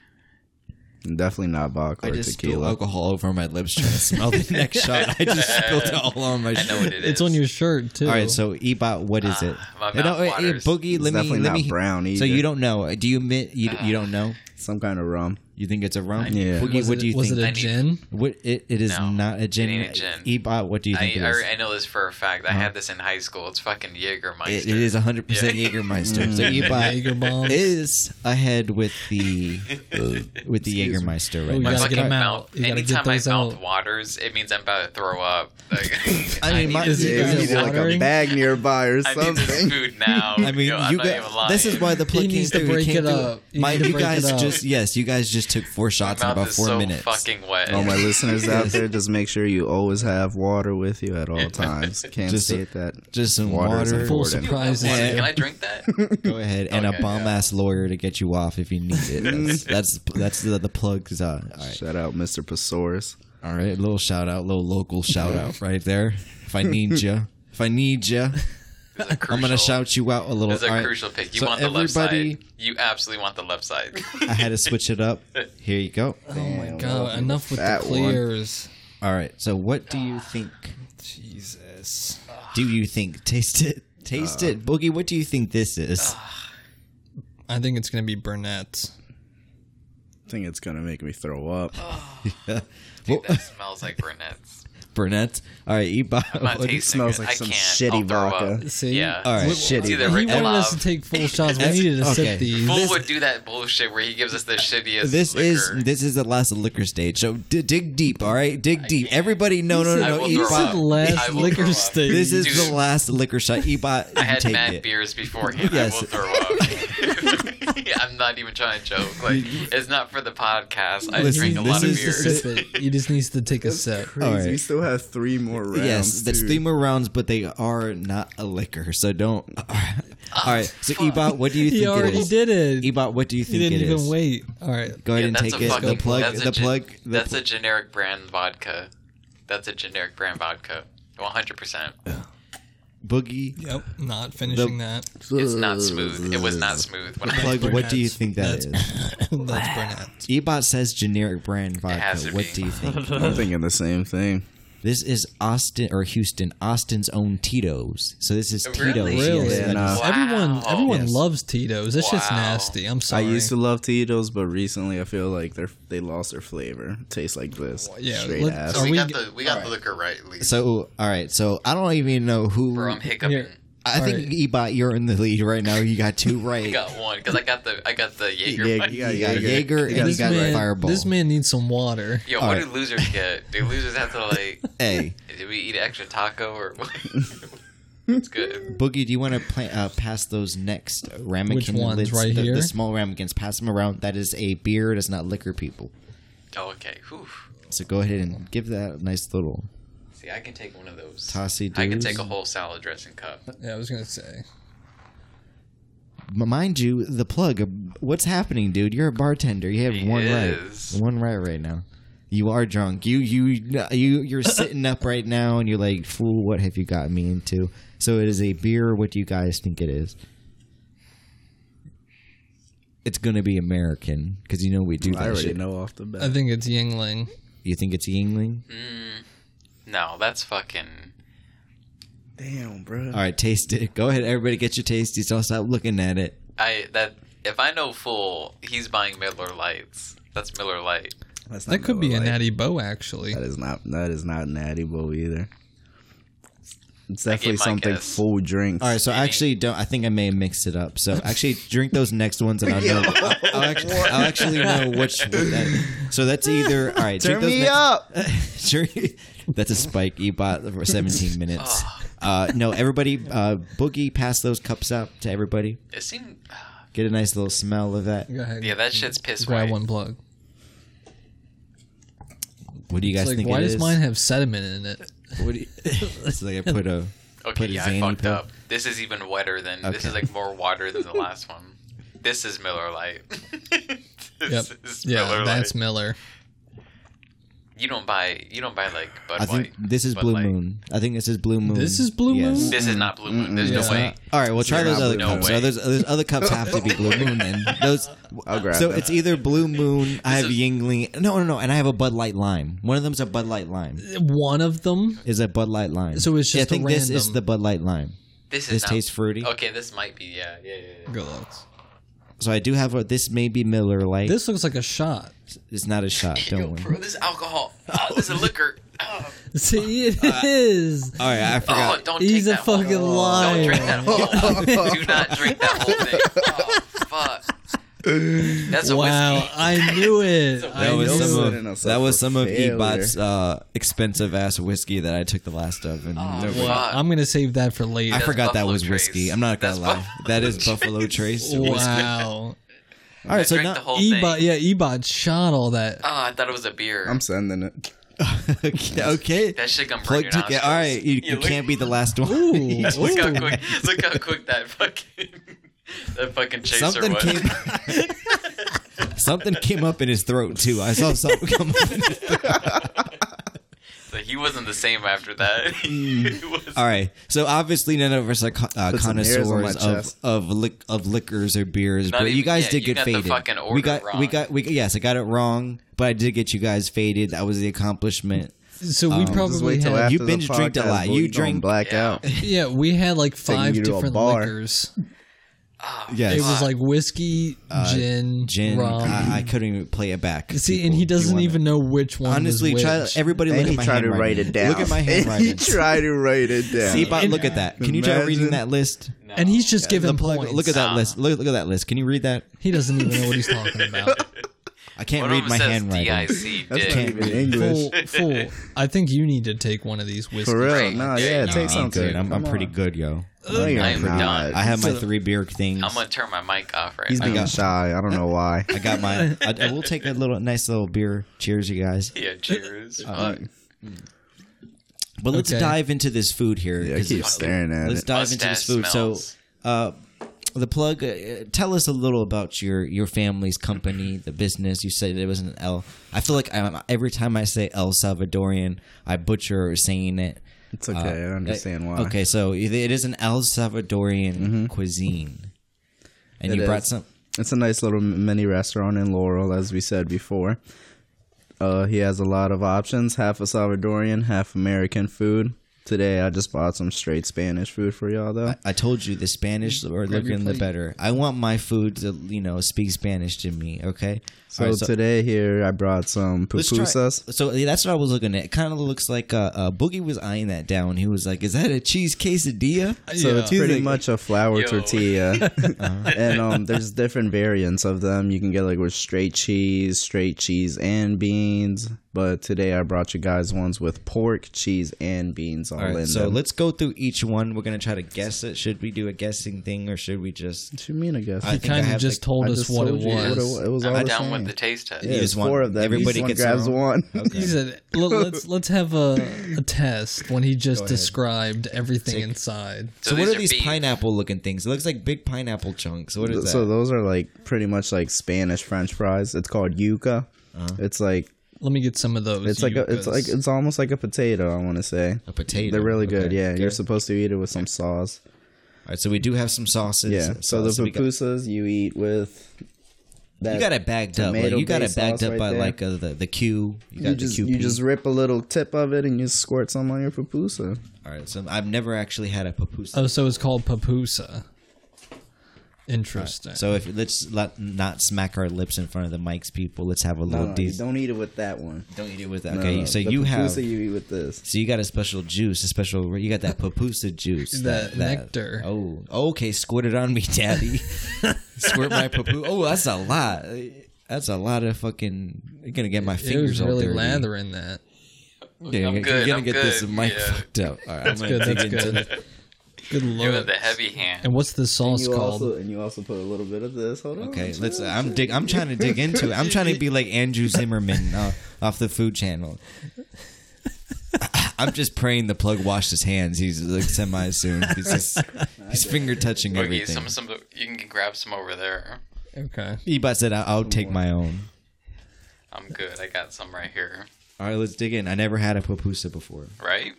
Speaker 5: Definitely not vodka
Speaker 1: I
Speaker 5: or
Speaker 1: just spilled
Speaker 5: tequila.
Speaker 1: alcohol over my lips trying to smell the next shot. I just spilled it all on my Ah,
Speaker 4: I
Speaker 1: shirt.
Speaker 4: know what it is.
Speaker 3: It's on your shirt too.
Speaker 1: All right, so Ebot, what is it?
Speaker 4: my
Speaker 1: No,
Speaker 4: mouth
Speaker 1: wait, hey,
Speaker 4: waters.
Speaker 1: Boogie,
Speaker 5: It's
Speaker 1: let me
Speaker 5: definitely
Speaker 1: let
Speaker 5: not
Speaker 1: me.
Speaker 5: brown
Speaker 1: So
Speaker 5: either.
Speaker 1: you don't know? Do you admit you,
Speaker 4: Ah.
Speaker 1: you don't know?
Speaker 5: Some kind of rum.
Speaker 1: You think it's a rum?
Speaker 5: Yeah.
Speaker 1: Boogie,
Speaker 3: was
Speaker 1: what
Speaker 3: it,
Speaker 1: do you
Speaker 3: was
Speaker 1: think?
Speaker 3: it
Speaker 4: I
Speaker 3: a
Speaker 4: need-
Speaker 3: gin?
Speaker 1: what it, it is
Speaker 4: No,
Speaker 1: not a gin.
Speaker 4: ain't a gin.
Speaker 1: Ebot, what do you think
Speaker 4: I,
Speaker 1: it is? Uh-huh.
Speaker 4: I, I know this for a fact. I had this in high school. It's fucking Jägermeister.
Speaker 1: It- it is 100 percent
Speaker 4: Yeah. Mm.
Speaker 1: Jägermeister. so
Speaker 3: Mm.
Speaker 1: Ebot
Speaker 3: Jägerbomb.
Speaker 1: is ahead with the with the Jägermeister right
Speaker 3: We
Speaker 4: My
Speaker 1: now.
Speaker 3: gotta
Speaker 4: fucking
Speaker 3: get 'em out.
Speaker 4: mouth.
Speaker 3: You gotta get
Speaker 4: Anytime my
Speaker 3: those
Speaker 4: mouth
Speaker 3: out.
Speaker 4: waters, it means I'm about to throw up. Like,
Speaker 1: I mean,
Speaker 4: need
Speaker 1: my-
Speaker 4: this-
Speaker 3: Is it-
Speaker 5: Yeah,
Speaker 3: is
Speaker 5: you
Speaker 3: it
Speaker 5: need like a
Speaker 3: watering?
Speaker 5: bag nearby or
Speaker 4: I need this
Speaker 5: something.
Speaker 4: food now.
Speaker 1: I mean,
Speaker 4: Yo, I'm
Speaker 1: you
Speaker 4: not even
Speaker 1: guys.
Speaker 4: lying.
Speaker 1: This is why the plug
Speaker 3: He
Speaker 1: can't
Speaker 3: needs to
Speaker 1: do it.
Speaker 3: break
Speaker 1: Can't
Speaker 3: it
Speaker 1: do
Speaker 3: up. He
Speaker 1: My,
Speaker 3: needs to
Speaker 1: you
Speaker 3: break it
Speaker 1: guys
Speaker 3: up.
Speaker 1: just yes, you guys just took four
Speaker 4: my
Speaker 1: shots in
Speaker 4: mouth
Speaker 1: about
Speaker 4: is
Speaker 1: four
Speaker 4: so
Speaker 1: minutes.
Speaker 4: fucking wet.
Speaker 1: Oh
Speaker 5: All my listeners out there, just make sure you always have water with you at all times. Can't
Speaker 1: Just-
Speaker 5: state that.
Speaker 1: Just some
Speaker 5: Water is
Speaker 1: water.
Speaker 5: important.
Speaker 3: Full
Speaker 5: Jordan.
Speaker 3: surprises.
Speaker 1: Yeah.
Speaker 4: Can I drink that?
Speaker 1: Go ahead and a
Speaker 4: Okay,
Speaker 1: bum ass lawyer to get you off if you need it. That's that's, that's the, the plug's uh, all right.
Speaker 5: Shout out, Mr. Pesaurus.
Speaker 1: All right, little shout out, little local shout out right there. If I need you, if I need you,
Speaker 4: This is a
Speaker 1: I'm gonna
Speaker 4: crucial-
Speaker 1: shout you out a little.
Speaker 4: This is a
Speaker 1: All right,
Speaker 4: crucial pick. You
Speaker 1: so
Speaker 4: want the left
Speaker 1: everybody-
Speaker 4: side. You absolutely want the left side.
Speaker 1: I had to switch it up. Here you go.
Speaker 3: Oh my
Speaker 5: Damn,
Speaker 3: god! Enough with the
Speaker 5: fat one.
Speaker 3: clears.
Speaker 1: All right. So, what do you think?
Speaker 3: Jesus.
Speaker 1: Do you think taste it? Taste
Speaker 4: Uh,
Speaker 1: it, Boogie. What do you think this is?
Speaker 3: I think it's gonna be Burnett's.
Speaker 5: I think it's gonna make me throw up.
Speaker 4: Dude, that smells like Burnett's.
Speaker 1: Burnett. All right,
Speaker 4: I'm not
Speaker 1: Ebot.
Speaker 4: tasting
Speaker 5: smells
Speaker 4: it.
Speaker 5: like
Speaker 4: I
Speaker 5: some
Speaker 4: can't.
Speaker 5: shitty
Speaker 4: I'll throw
Speaker 5: vodka.
Speaker 4: Up.
Speaker 3: See?
Speaker 4: Yeah.
Speaker 1: All right,
Speaker 3: We-
Speaker 5: shitty.
Speaker 4: It's either
Speaker 3: He
Speaker 4: Rick
Speaker 3: wanted
Speaker 4: Love.
Speaker 3: us to take full shots. We needed to
Speaker 1: Okay.
Speaker 3: sip these.
Speaker 4: Fool would do that bullshit where he gives us the shittiest.
Speaker 1: This
Speaker 4: liquor.
Speaker 1: is this is the last liquor stage. So d- dig deep, all right? Dig deep.
Speaker 4: can't.
Speaker 1: Everybody, no, no,
Speaker 4: I
Speaker 1: no, no.
Speaker 4: will
Speaker 3: You
Speaker 1: Ebot.
Speaker 4: throw
Speaker 3: said
Speaker 4: up. I
Speaker 3: last
Speaker 4: will
Speaker 3: liquor
Speaker 4: throw up.
Speaker 3: stage.
Speaker 1: This is
Speaker 4: Dude.
Speaker 1: the last liquor shot. Ebot,
Speaker 4: I had
Speaker 1: take
Speaker 4: mad
Speaker 1: it.
Speaker 4: beers beforehand.
Speaker 1: Yes.
Speaker 4: I will throw up. I'm not even trying to joke. Like it's not for the podcast. I
Speaker 1: Listen,
Speaker 4: drink a
Speaker 1: this
Speaker 4: lot of
Speaker 1: is-
Speaker 4: beers.
Speaker 1: this
Speaker 3: Sip it. He just needs to take a sip.
Speaker 5: Crazy.
Speaker 1: right.
Speaker 5: You still have three more rounds.
Speaker 1: Yes, that's
Speaker 5: too.
Speaker 4: Ah,
Speaker 1: three more rounds, but they are not a liquor, so don't. All right. So, Ebot, what do you think
Speaker 3: He
Speaker 1: it
Speaker 3: already
Speaker 1: is?
Speaker 3: did it.
Speaker 1: Ebot, what do you
Speaker 3: He
Speaker 1: think
Speaker 3: didn't
Speaker 1: it
Speaker 3: even
Speaker 1: is?
Speaker 3: wait. All right.
Speaker 1: Go ahead
Speaker 4: Yeah,
Speaker 1: and
Speaker 4: that's
Speaker 1: take
Speaker 4: a
Speaker 1: it.
Speaker 4: fucking,
Speaker 1: The plug.
Speaker 4: that's a
Speaker 1: The
Speaker 4: gen-
Speaker 1: plug. the
Speaker 4: that's
Speaker 1: pl-
Speaker 4: a generic brand vodka. That's a generic brand vodka. 100%.
Speaker 1: boogie.
Speaker 3: Yep. Not finishing that.
Speaker 4: It's not smooth. It was not smooth when I
Speaker 1: Plug. What do you think that is?
Speaker 3: That's- That's Burnett.
Speaker 1: Ebot says generic brand
Speaker 4: has
Speaker 1: vodka.
Speaker 4: to
Speaker 1: What
Speaker 4: be.
Speaker 1: do you think?
Speaker 5: I'm thinking the same thing.
Speaker 1: This is Austin or Houston, Austin's own Tito's. So this is
Speaker 4: Really?
Speaker 1: Tito's.
Speaker 3: Really?
Speaker 1: Yes, that
Speaker 5: Nah.
Speaker 1: is-
Speaker 3: Everyone,
Speaker 4: Wow.
Speaker 3: everyone
Speaker 1: Yes.
Speaker 3: loves Tito's. It's just
Speaker 4: Wow.
Speaker 3: nasty. I'm
Speaker 5: I
Speaker 3: sorry.
Speaker 5: used to love Tito's, but recently I feel like they are they lost their flavor. It tastes like this.
Speaker 3: yeah,
Speaker 5: straight
Speaker 3: let-
Speaker 5: ass.
Speaker 3: Are
Speaker 4: we,
Speaker 3: we
Speaker 4: got
Speaker 3: g-
Speaker 4: the we got the liquor right, at least.
Speaker 1: So all right. So I don't even know who.
Speaker 4: Bro, I'm hiccuping.
Speaker 3: Here.
Speaker 1: I
Speaker 3: All
Speaker 1: think Ebot, you're in the lead right now. You got two right.
Speaker 4: I got one because I got the I got the Jaeger.
Speaker 5: Yeah,
Speaker 4: one.
Speaker 5: you got
Speaker 1: You got
Speaker 5: Jaeger.
Speaker 1: Jaeger
Speaker 5: You
Speaker 1: and
Speaker 5: got
Speaker 1: you
Speaker 3: This
Speaker 1: got
Speaker 5: Sprite.
Speaker 3: man,
Speaker 1: Fireball.
Speaker 3: this man needs some water.
Speaker 4: Yo,
Speaker 1: All
Speaker 4: what
Speaker 1: right.
Speaker 4: do losers get? Do losers have to like?
Speaker 1: Hey,
Speaker 4: Did we eat an extra taco or what? it's good.
Speaker 1: Boogie, do you want to pla uh, pass those next ramekin
Speaker 3: ones?
Speaker 1: lids?
Speaker 3: Right
Speaker 1: the,
Speaker 3: here?
Speaker 1: the small ramekins. Pass them around. That is a beer. It is not liquor, people.
Speaker 4: Oh, okay. Whew.
Speaker 1: So go ahead and give that a nice little
Speaker 4: See, I can take one of those.
Speaker 1: tossy.
Speaker 4: I can
Speaker 1: doos.
Speaker 4: take a whole salad dressing cup.
Speaker 3: Yeah, I was gonna say.
Speaker 1: M- Mind you, the plug. uh, What's happening, dude? You're a bartender. You have
Speaker 4: He
Speaker 1: one
Speaker 4: is.
Speaker 1: right. One right right now. You are drunk. You you you you're sitting up right now, and you're like, "Fool, what have you gotten me into?" So it is a beer. What do you guys think it is? It's gonna be American because you know we do that
Speaker 5: I already
Speaker 1: shit.
Speaker 5: know off the bat.
Speaker 3: I think it's Yingling.
Speaker 1: You think it's Yingling?
Speaker 4: Mm-hmm. No, that's fucking.
Speaker 5: Damn, bro.
Speaker 1: All right, taste it. Go ahead, everybody, get your tasties. Don't stop looking at it.
Speaker 4: I that if I know full, he's buying Miller Lights. That's Miller Light.
Speaker 5: That's
Speaker 3: That could be a
Speaker 5: Miller Lite.
Speaker 3: Natty Bow, actually.
Speaker 5: That is not that is not Natty Bow either. It's definitely
Speaker 4: my
Speaker 5: something
Speaker 4: guess.
Speaker 5: full drinks.
Speaker 1: All right, so I actually don't. I think I may have mixed it up. So actually, drink those next ones, and I'll know. I'll, I'll actually, I'll actually know which. That, so that's either all right.
Speaker 5: Turn
Speaker 1: drink those
Speaker 5: me
Speaker 1: next-
Speaker 5: up.
Speaker 1: sure. That's a spike ebot for 17 minutes. Uh, no, everybody, uh, boogie, pass those cups out to everybody.
Speaker 4: It seemed.
Speaker 1: Get a nice little smell of that.
Speaker 3: Go ahead.
Speaker 4: Yeah, that shit's piss
Speaker 3: grab
Speaker 4: white.
Speaker 3: one plug.
Speaker 1: What do you guys
Speaker 3: It's like,
Speaker 1: think?
Speaker 3: why
Speaker 1: it
Speaker 3: does
Speaker 1: is?
Speaker 3: mine have sediment in it?
Speaker 1: What do you- it's like I put a.
Speaker 4: Okay,
Speaker 1: put a
Speaker 4: yeah, I
Speaker 1: Xanny
Speaker 4: fucked
Speaker 1: pill.
Speaker 4: up. This is even wetter than this
Speaker 1: Okay.
Speaker 4: is like more water than the last one. This is Miller Lite.
Speaker 3: Yep.
Speaker 4: this is
Speaker 3: Yeah,
Speaker 4: Miller
Speaker 3: that's
Speaker 4: Lite.
Speaker 3: Miller.
Speaker 4: You don't buy you don't buy like Bud
Speaker 1: I think
Speaker 4: White.
Speaker 1: this is
Speaker 4: Bud
Speaker 1: Blue
Speaker 4: Light.
Speaker 1: Moon. I think this is Blue Moon.
Speaker 3: This is Blue Moon?
Speaker 4: This is not Blue Moon. There's
Speaker 3: Yeah.
Speaker 4: no way.
Speaker 1: All right, we'll try
Speaker 5: They're
Speaker 1: those
Speaker 5: not
Speaker 1: other
Speaker 5: Blue
Speaker 1: cups.
Speaker 4: Moon.
Speaker 1: So those, those other cups have to be Blue Moon, and those.
Speaker 5: I'll grab
Speaker 1: So
Speaker 5: that.
Speaker 1: it's either Blue Moon. I have
Speaker 4: is-
Speaker 1: Yingling. No, no, no, and I have a Bud Light Lime. One of them's a Bud Light Lime.
Speaker 3: One of them.
Speaker 1: Is a Bud Light Lime.
Speaker 3: So it's
Speaker 1: Yeah, I
Speaker 3: just a
Speaker 1: think this is
Speaker 3: random-
Speaker 1: the Bud Light Lime.
Speaker 4: This is
Speaker 1: This
Speaker 4: not-
Speaker 1: tastes fruity.
Speaker 4: Okay, this might be yeah, yeah, yeah. yeah.
Speaker 3: Good looks.
Speaker 1: So I do have a. This may be Miller Light.
Speaker 3: This looks like a shot.
Speaker 1: it's not a shot.
Speaker 4: Yo,
Speaker 1: Don't
Speaker 4: bro,
Speaker 1: worry.
Speaker 4: this is alcohol. Oh, this is liquor. Oh,
Speaker 3: See, it is.
Speaker 1: All right, I
Speaker 4: oh
Speaker 1: forgot.
Speaker 4: don't Uh, take
Speaker 3: He's a
Speaker 4: that whole-
Speaker 3: fucking
Speaker 4: Don't
Speaker 3: liar.
Speaker 4: drink that whole. Do not drink that whole thing. Oh, fuck. That's a
Speaker 3: Wow,
Speaker 4: whiskey. Oh,
Speaker 3: I knew it. I
Speaker 1: that was
Speaker 3: knew
Speaker 1: some
Speaker 3: it.
Speaker 5: Considering
Speaker 1: of
Speaker 5: us
Speaker 1: that
Speaker 5: up
Speaker 1: was
Speaker 5: for
Speaker 1: some of
Speaker 5: failure.
Speaker 1: Ebot's uh, expensive ass whiskey that I took the last of, and
Speaker 4: Oh,
Speaker 1: Never-
Speaker 4: fuck.
Speaker 3: I'm gonna save that for later.
Speaker 1: I forgot that
Speaker 4: Buffalo
Speaker 1: was
Speaker 4: Trace.
Speaker 1: whiskey. I'm not gonna
Speaker 4: That's
Speaker 1: lie. That is Buffalo Trace. whiskey.
Speaker 3: Wow.
Speaker 1: All right,
Speaker 4: I
Speaker 1: so
Speaker 4: drank the
Speaker 1: now
Speaker 4: whole
Speaker 3: Ebot,
Speaker 4: thing.
Speaker 3: yeah, Ebot shot all that.
Speaker 4: Oh, I thought it was a beer.
Speaker 5: I'm sending it.
Speaker 1: okay, okay.
Speaker 4: That shit gonna burn
Speaker 1: plug
Speaker 4: your
Speaker 1: ticket.
Speaker 4: nostrils.
Speaker 1: All right, you,
Speaker 4: Yeah,
Speaker 1: you
Speaker 4: look-
Speaker 1: can't be the last one.
Speaker 3: Ooh,
Speaker 1: You just-
Speaker 4: Look
Speaker 3: ooh.
Speaker 4: how quick! Look how quick that fucking that fucking chaser
Speaker 1: something
Speaker 4: was.
Speaker 1: came. something came up in his throat too. I saw something come up. In his throat.
Speaker 4: So he wasn't the same after that. He was-
Speaker 1: All right, so obviously none of us are co- uh,
Speaker 5: Put some hairs on my
Speaker 1: connoisseurs of
Speaker 5: chest.
Speaker 1: of, lic- of liquors or beers,
Speaker 4: Not
Speaker 1: but you
Speaker 4: even-
Speaker 1: guys
Speaker 4: yeah,
Speaker 1: did get
Speaker 4: you got the
Speaker 1: faded.
Speaker 4: fucking order
Speaker 1: we got we
Speaker 4: wrong.
Speaker 1: got we yes, I got it wrong, but I did get you guys faded. That was the accomplishment.
Speaker 3: So
Speaker 1: um,
Speaker 3: we
Speaker 5: Just
Speaker 3: probably
Speaker 5: wait till
Speaker 3: had,
Speaker 5: after
Speaker 1: you
Speaker 5: the
Speaker 1: binge drinked a
Speaker 5: podcast,
Speaker 1: lot.
Speaker 5: boy,
Speaker 1: You
Speaker 5: gonna
Speaker 1: drink-
Speaker 5: black
Speaker 4: Yeah.
Speaker 5: out.
Speaker 3: yeah, we had like five
Speaker 5: you to a
Speaker 3: different
Speaker 5: bar.
Speaker 3: liquors.
Speaker 4: Oh,
Speaker 1: Yes.
Speaker 3: It
Speaker 1: Uh,
Speaker 3: was like whiskey, gin,
Speaker 1: Gin, uh,
Speaker 3: rum.
Speaker 1: I, I couldn't even play it back.
Speaker 3: See, and
Speaker 1: People,
Speaker 3: he
Speaker 1: you
Speaker 3: doesn't
Speaker 1: wanna-
Speaker 3: even know which one.
Speaker 1: honestly
Speaker 3: was
Speaker 1: try.
Speaker 3: which.
Speaker 1: Everybody
Speaker 5: And
Speaker 1: look
Speaker 5: he
Speaker 1: at my
Speaker 5: tried to
Speaker 1: handwriting.
Speaker 5: write it down.
Speaker 1: Look at my handwriting.
Speaker 5: he tried to write it down.
Speaker 1: See, but look at that. Can you try reading
Speaker 5: Imagine.
Speaker 1: that list?
Speaker 4: no.
Speaker 3: and he's just giving
Speaker 1: The plug.
Speaker 3: points.
Speaker 1: Look at that
Speaker 4: Nah.
Speaker 1: list. Look, look at that list. Can you read that?
Speaker 3: He doesn't even know what he's talking about.
Speaker 1: I can't
Speaker 4: One of
Speaker 1: read
Speaker 4: them
Speaker 1: my
Speaker 4: says
Speaker 1: handwriting.
Speaker 4: DIC
Speaker 5: That's
Speaker 4: dick.
Speaker 5: not even English.
Speaker 3: fool, fool. I think you need to take one of these whiskeys.
Speaker 5: For real.
Speaker 4: Right.
Speaker 5: No,
Speaker 4: Yeah,
Speaker 5: yeah,
Speaker 4: no,
Speaker 5: take
Speaker 4: I'm
Speaker 1: I'm
Speaker 5: something.
Speaker 1: good. I'm, I'm
Speaker 5: Come
Speaker 1: pretty
Speaker 5: on.
Speaker 1: good, yo.
Speaker 5: No, you're
Speaker 4: I'm
Speaker 5: not.
Speaker 4: done.
Speaker 1: I have my three beer things.
Speaker 4: I'm gonna turn my mic off right
Speaker 5: He's
Speaker 4: now.
Speaker 5: being
Speaker 1: got-
Speaker 5: shy. I don't know why.
Speaker 1: I got my. I, I will take that little nice little beer. Cheers, you guys.
Speaker 4: Yeah, cheers.
Speaker 1: Uh,
Speaker 4: Fuck.
Speaker 1: But let's
Speaker 3: Okay.
Speaker 1: dive into this food here.
Speaker 5: Yeah, I
Speaker 1: 'cause
Speaker 5: keep
Speaker 1: it's-
Speaker 5: staring at
Speaker 1: Let's
Speaker 5: it.
Speaker 1: dive into this
Speaker 4: Mustache
Speaker 1: food.
Speaker 4: smells.
Speaker 1: So, uh, the plug. Uh, tell us a little about your your family's company, the business. You said it was an El. I feel like i every time I say El Salvadorian, I butcher saying it.
Speaker 5: It's okay. I understand why.
Speaker 1: uh,
Speaker 5: Mm-hmm.
Speaker 1: Okay, so it it is an El Salvadorian cuisine, and
Speaker 5: It
Speaker 1: you brought
Speaker 5: is.
Speaker 1: some.
Speaker 5: It's a nice little mini restaurant in Laurel, as we said before. Uh, he has a lot of options, half a Salvadorian, half American food. Today, I just bought some straight Spanish food for y'all, though.
Speaker 1: I told you the Spanish are
Speaker 3: your
Speaker 1: looking the
Speaker 3: plate.
Speaker 1: better. I want my food to you know speak Spanish to me. Okay,
Speaker 5: So,
Speaker 1: All right,
Speaker 5: today here, I brought some
Speaker 1: let's try-
Speaker 5: pupusas.
Speaker 1: So yeah, that's what I was looking at. It kind of looks like uh, uh, Boogie was eyeing that down. He was like, "Is that a cheese quesadilla?"
Speaker 5: So it's
Speaker 3: Yeah.
Speaker 5: pretty much a flour
Speaker 4: Yo.
Speaker 5: tortilla, and um, there's different variants of them. You can get like with straight cheese, straight cheese and beans. But today I brought you guys ones with pork, cheese, and beans all,
Speaker 1: All right,
Speaker 5: in
Speaker 1: so
Speaker 5: them.
Speaker 1: let's go through each one. We're gonna try to guess it. Should we do a guessing thing or should we just?
Speaker 5: What you mean? I guess
Speaker 1: I
Speaker 3: He
Speaker 1: think I
Speaker 3: kind
Speaker 1: have,
Speaker 3: of just
Speaker 1: like-
Speaker 3: told
Speaker 5: I
Speaker 3: us
Speaker 5: just
Speaker 3: what it
Speaker 5: told you
Speaker 3: was.
Speaker 5: What it was all
Speaker 4: I'm
Speaker 5: the
Speaker 4: down with
Speaker 5: same.
Speaker 4: the taste test.
Speaker 5: Yeah,
Speaker 1: You
Speaker 5: there's
Speaker 1: just want-
Speaker 5: four of them.
Speaker 1: everybody
Speaker 5: Each one
Speaker 1: gets their
Speaker 5: grabs
Speaker 1: own.
Speaker 5: one.
Speaker 3: He said, "Let- "Let's let's have a, a test." When he just described everything inside,
Speaker 4: So,
Speaker 1: So, what are
Speaker 4: are
Speaker 1: these
Speaker 4: beef.
Speaker 1: pineapple looking things? It looks like big pineapple chunks. What is that?
Speaker 5: so those are like pretty much like Spanish French fries. It's called yuca.
Speaker 1: Uh-huh.
Speaker 5: It's like
Speaker 3: let me get some of those.
Speaker 5: it's like a,
Speaker 3: yuccas.
Speaker 5: it's like it's almost like a potato. I want to say
Speaker 1: a potato.
Speaker 5: they're really good.
Speaker 1: Okay,
Speaker 5: yeah,
Speaker 1: okay.
Speaker 5: you're supposed to eat it with some sauce.
Speaker 1: All right, so we do have some sauces.
Speaker 5: Yeah.
Speaker 1: Some
Speaker 5: So
Speaker 1: sauce.
Speaker 5: the
Speaker 1: We got-
Speaker 5: pupusas you eat with that.
Speaker 1: You got it bagged up. Like, you got it
Speaker 5: tomato-based
Speaker 1: bagged
Speaker 5: sauce
Speaker 1: up
Speaker 5: right
Speaker 1: by
Speaker 5: there.
Speaker 1: like uh, the the Q. You got the
Speaker 5: You just
Speaker 1: QP.
Speaker 5: you just rip a little tip of it and you squirt some on your pupusa.
Speaker 1: All right, so I've never actually had a pupusa.
Speaker 3: oh, so it's called papusa. Interesting.
Speaker 1: So if let's let, not smack our lips in front of the mics, people. Let's have a
Speaker 5: No,
Speaker 1: little.
Speaker 5: no, you
Speaker 1: dec-
Speaker 5: don't eat it with that one.
Speaker 1: don't eat it with that.
Speaker 5: No,
Speaker 1: okay,
Speaker 5: no,
Speaker 1: so
Speaker 5: the
Speaker 1: you have.
Speaker 5: pupusa you eat with this.
Speaker 1: so you got a special juice, a special. You got that papusa juice,
Speaker 3: That nectar.
Speaker 1: Oh, okay. Squirt it on me, daddy. Squirt my papu. Oh, that's a lot. That's a lot of fucking. You're gonna get my
Speaker 3: it
Speaker 1: fingers
Speaker 3: was really
Speaker 1: all dirty.
Speaker 3: lathering that.
Speaker 1: Yeah, you're,
Speaker 4: I'm
Speaker 1: gonna-
Speaker 4: good,
Speaker 1: you're gonna
Speaker 4: I'm
Speaker 1: get this
Speaker 4: good,
Speaker 1: mic
Speaker 4: yeah.
Speaker 1: fucked up. All right, I'm
Speaker 3: Good,
Speaker 1: gonna
Speaker 3: that's
Speaker 1: dig into this.
Speaker 3: good. Good
Speaker 4: You have
Speaker 3: lord.
Speaker 4: the heavy hand.
Speaker 3: And what's the sauce
Speaker 5: You
Speaker 3: called?
Speaker 5: also and you also put a little bit of this. Hold on.
Speaker 1: Okay,
Speaker 5: chill.
Speaker 1: let's. I'm dig. I'm trying to dig into it. I'm trying to be like Andrew Zimmerman uh, off the Food Channel. I'm just praying the plug washed his hands. He's like semi soon. He's just he's finger touching
Speaker 4: Boogie,
Speaker 1: everything.
Speaker 4: some, some, you can grab some over there.
Speaker 3: okay.
Speaker 1: Eba said, "I- "I'll take my own."
Speaker 4: I'm good. I got some right here.
Speaker 1: All right, let's dig in. I never had a pupusa before.
Speaker 4: Right?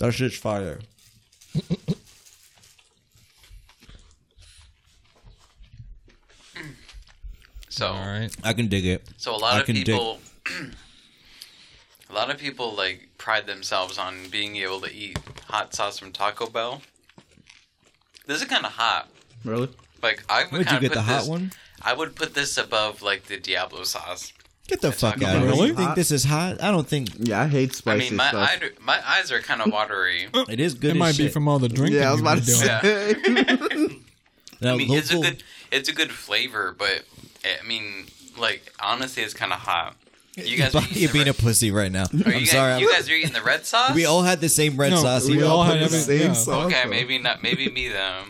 Speaker 1: That shit's fire.
Speaker 4: So,
Speaker 3: All right.
Speaker 1: I can dig it.
Speaker 4: so a lot
Speaker 1: I
Speaker 4: of
Speaker 1: can dig-
Speaker 4: people, a lot of people like pride themselves on being able to eat hot sauce from Taco Bell. This is kind of hot.
Speaker 5: Really?
Speaker 4: Like I would
Speaker 1: Where'd you
Speaker 4: kinda
Speaker 1: get
Speaker 4: put
Speaker 1: the hot
Speaker 4: this-
Speaker 1: one?
Speaker 4: I would put this above like the Diablo sauce.
Speaker 1: Get the fuck out of here!
Speaker 5: Really?
Speaker 1: You think this is hot? I don't think
Speaker 5: Yeah, I hate
Speaker 4: I
Speaker 5: spicy
Speaker 4: mean, my
Speaker 5: stuff.
Speaker 4: eye, my eyes are kind of watery.
Speaker 1: it is good.
Speaker 3: It
Speaker 1: as
Speaker 3: might be
Speaker 1: shit.
Speaker 3: from all the drinking.
Speaker 5: yeah, I was
Speaker 3: you
Speaker 5: about
Speaker 3: were
Speaker 5: to
Speaker 3: doing.
Speaker 5: say.
Speaker 1: Now,
Speaker 4: I mean, it's a
Speaker 1: local-
Speaker 4: good, it's a good flavor, but eh, I mean, like honestly, it's kind of hot. You guys, are eating
Speaker 1: You're
Speaker 4: the
Speaker 1: being a
Speaker 4: red-
Speaker 1: pussy right now.
Speaker 4: are you
Speaker 1: I'm
Speaker 4: guys,
Speaker 1: sorry.
Speaker 4: You guys are eating the red sauce.
Speaker 1: we all had the same red
Speaker 3: No,
Speaker 1: sauce.
Speaker 3: we
Speaker 1: Eva.
Speaker 3: all
Speaker 5: put
Speaker 3: had
Speaker 5: the
Speaker 3: every-
Speaker 5: same
Speaker 3: yeah.
Speaker 5: sauce,
Speaker 4: okay.
Speaker 5: though.
Speaker 4: Maybe not. Maybe me though.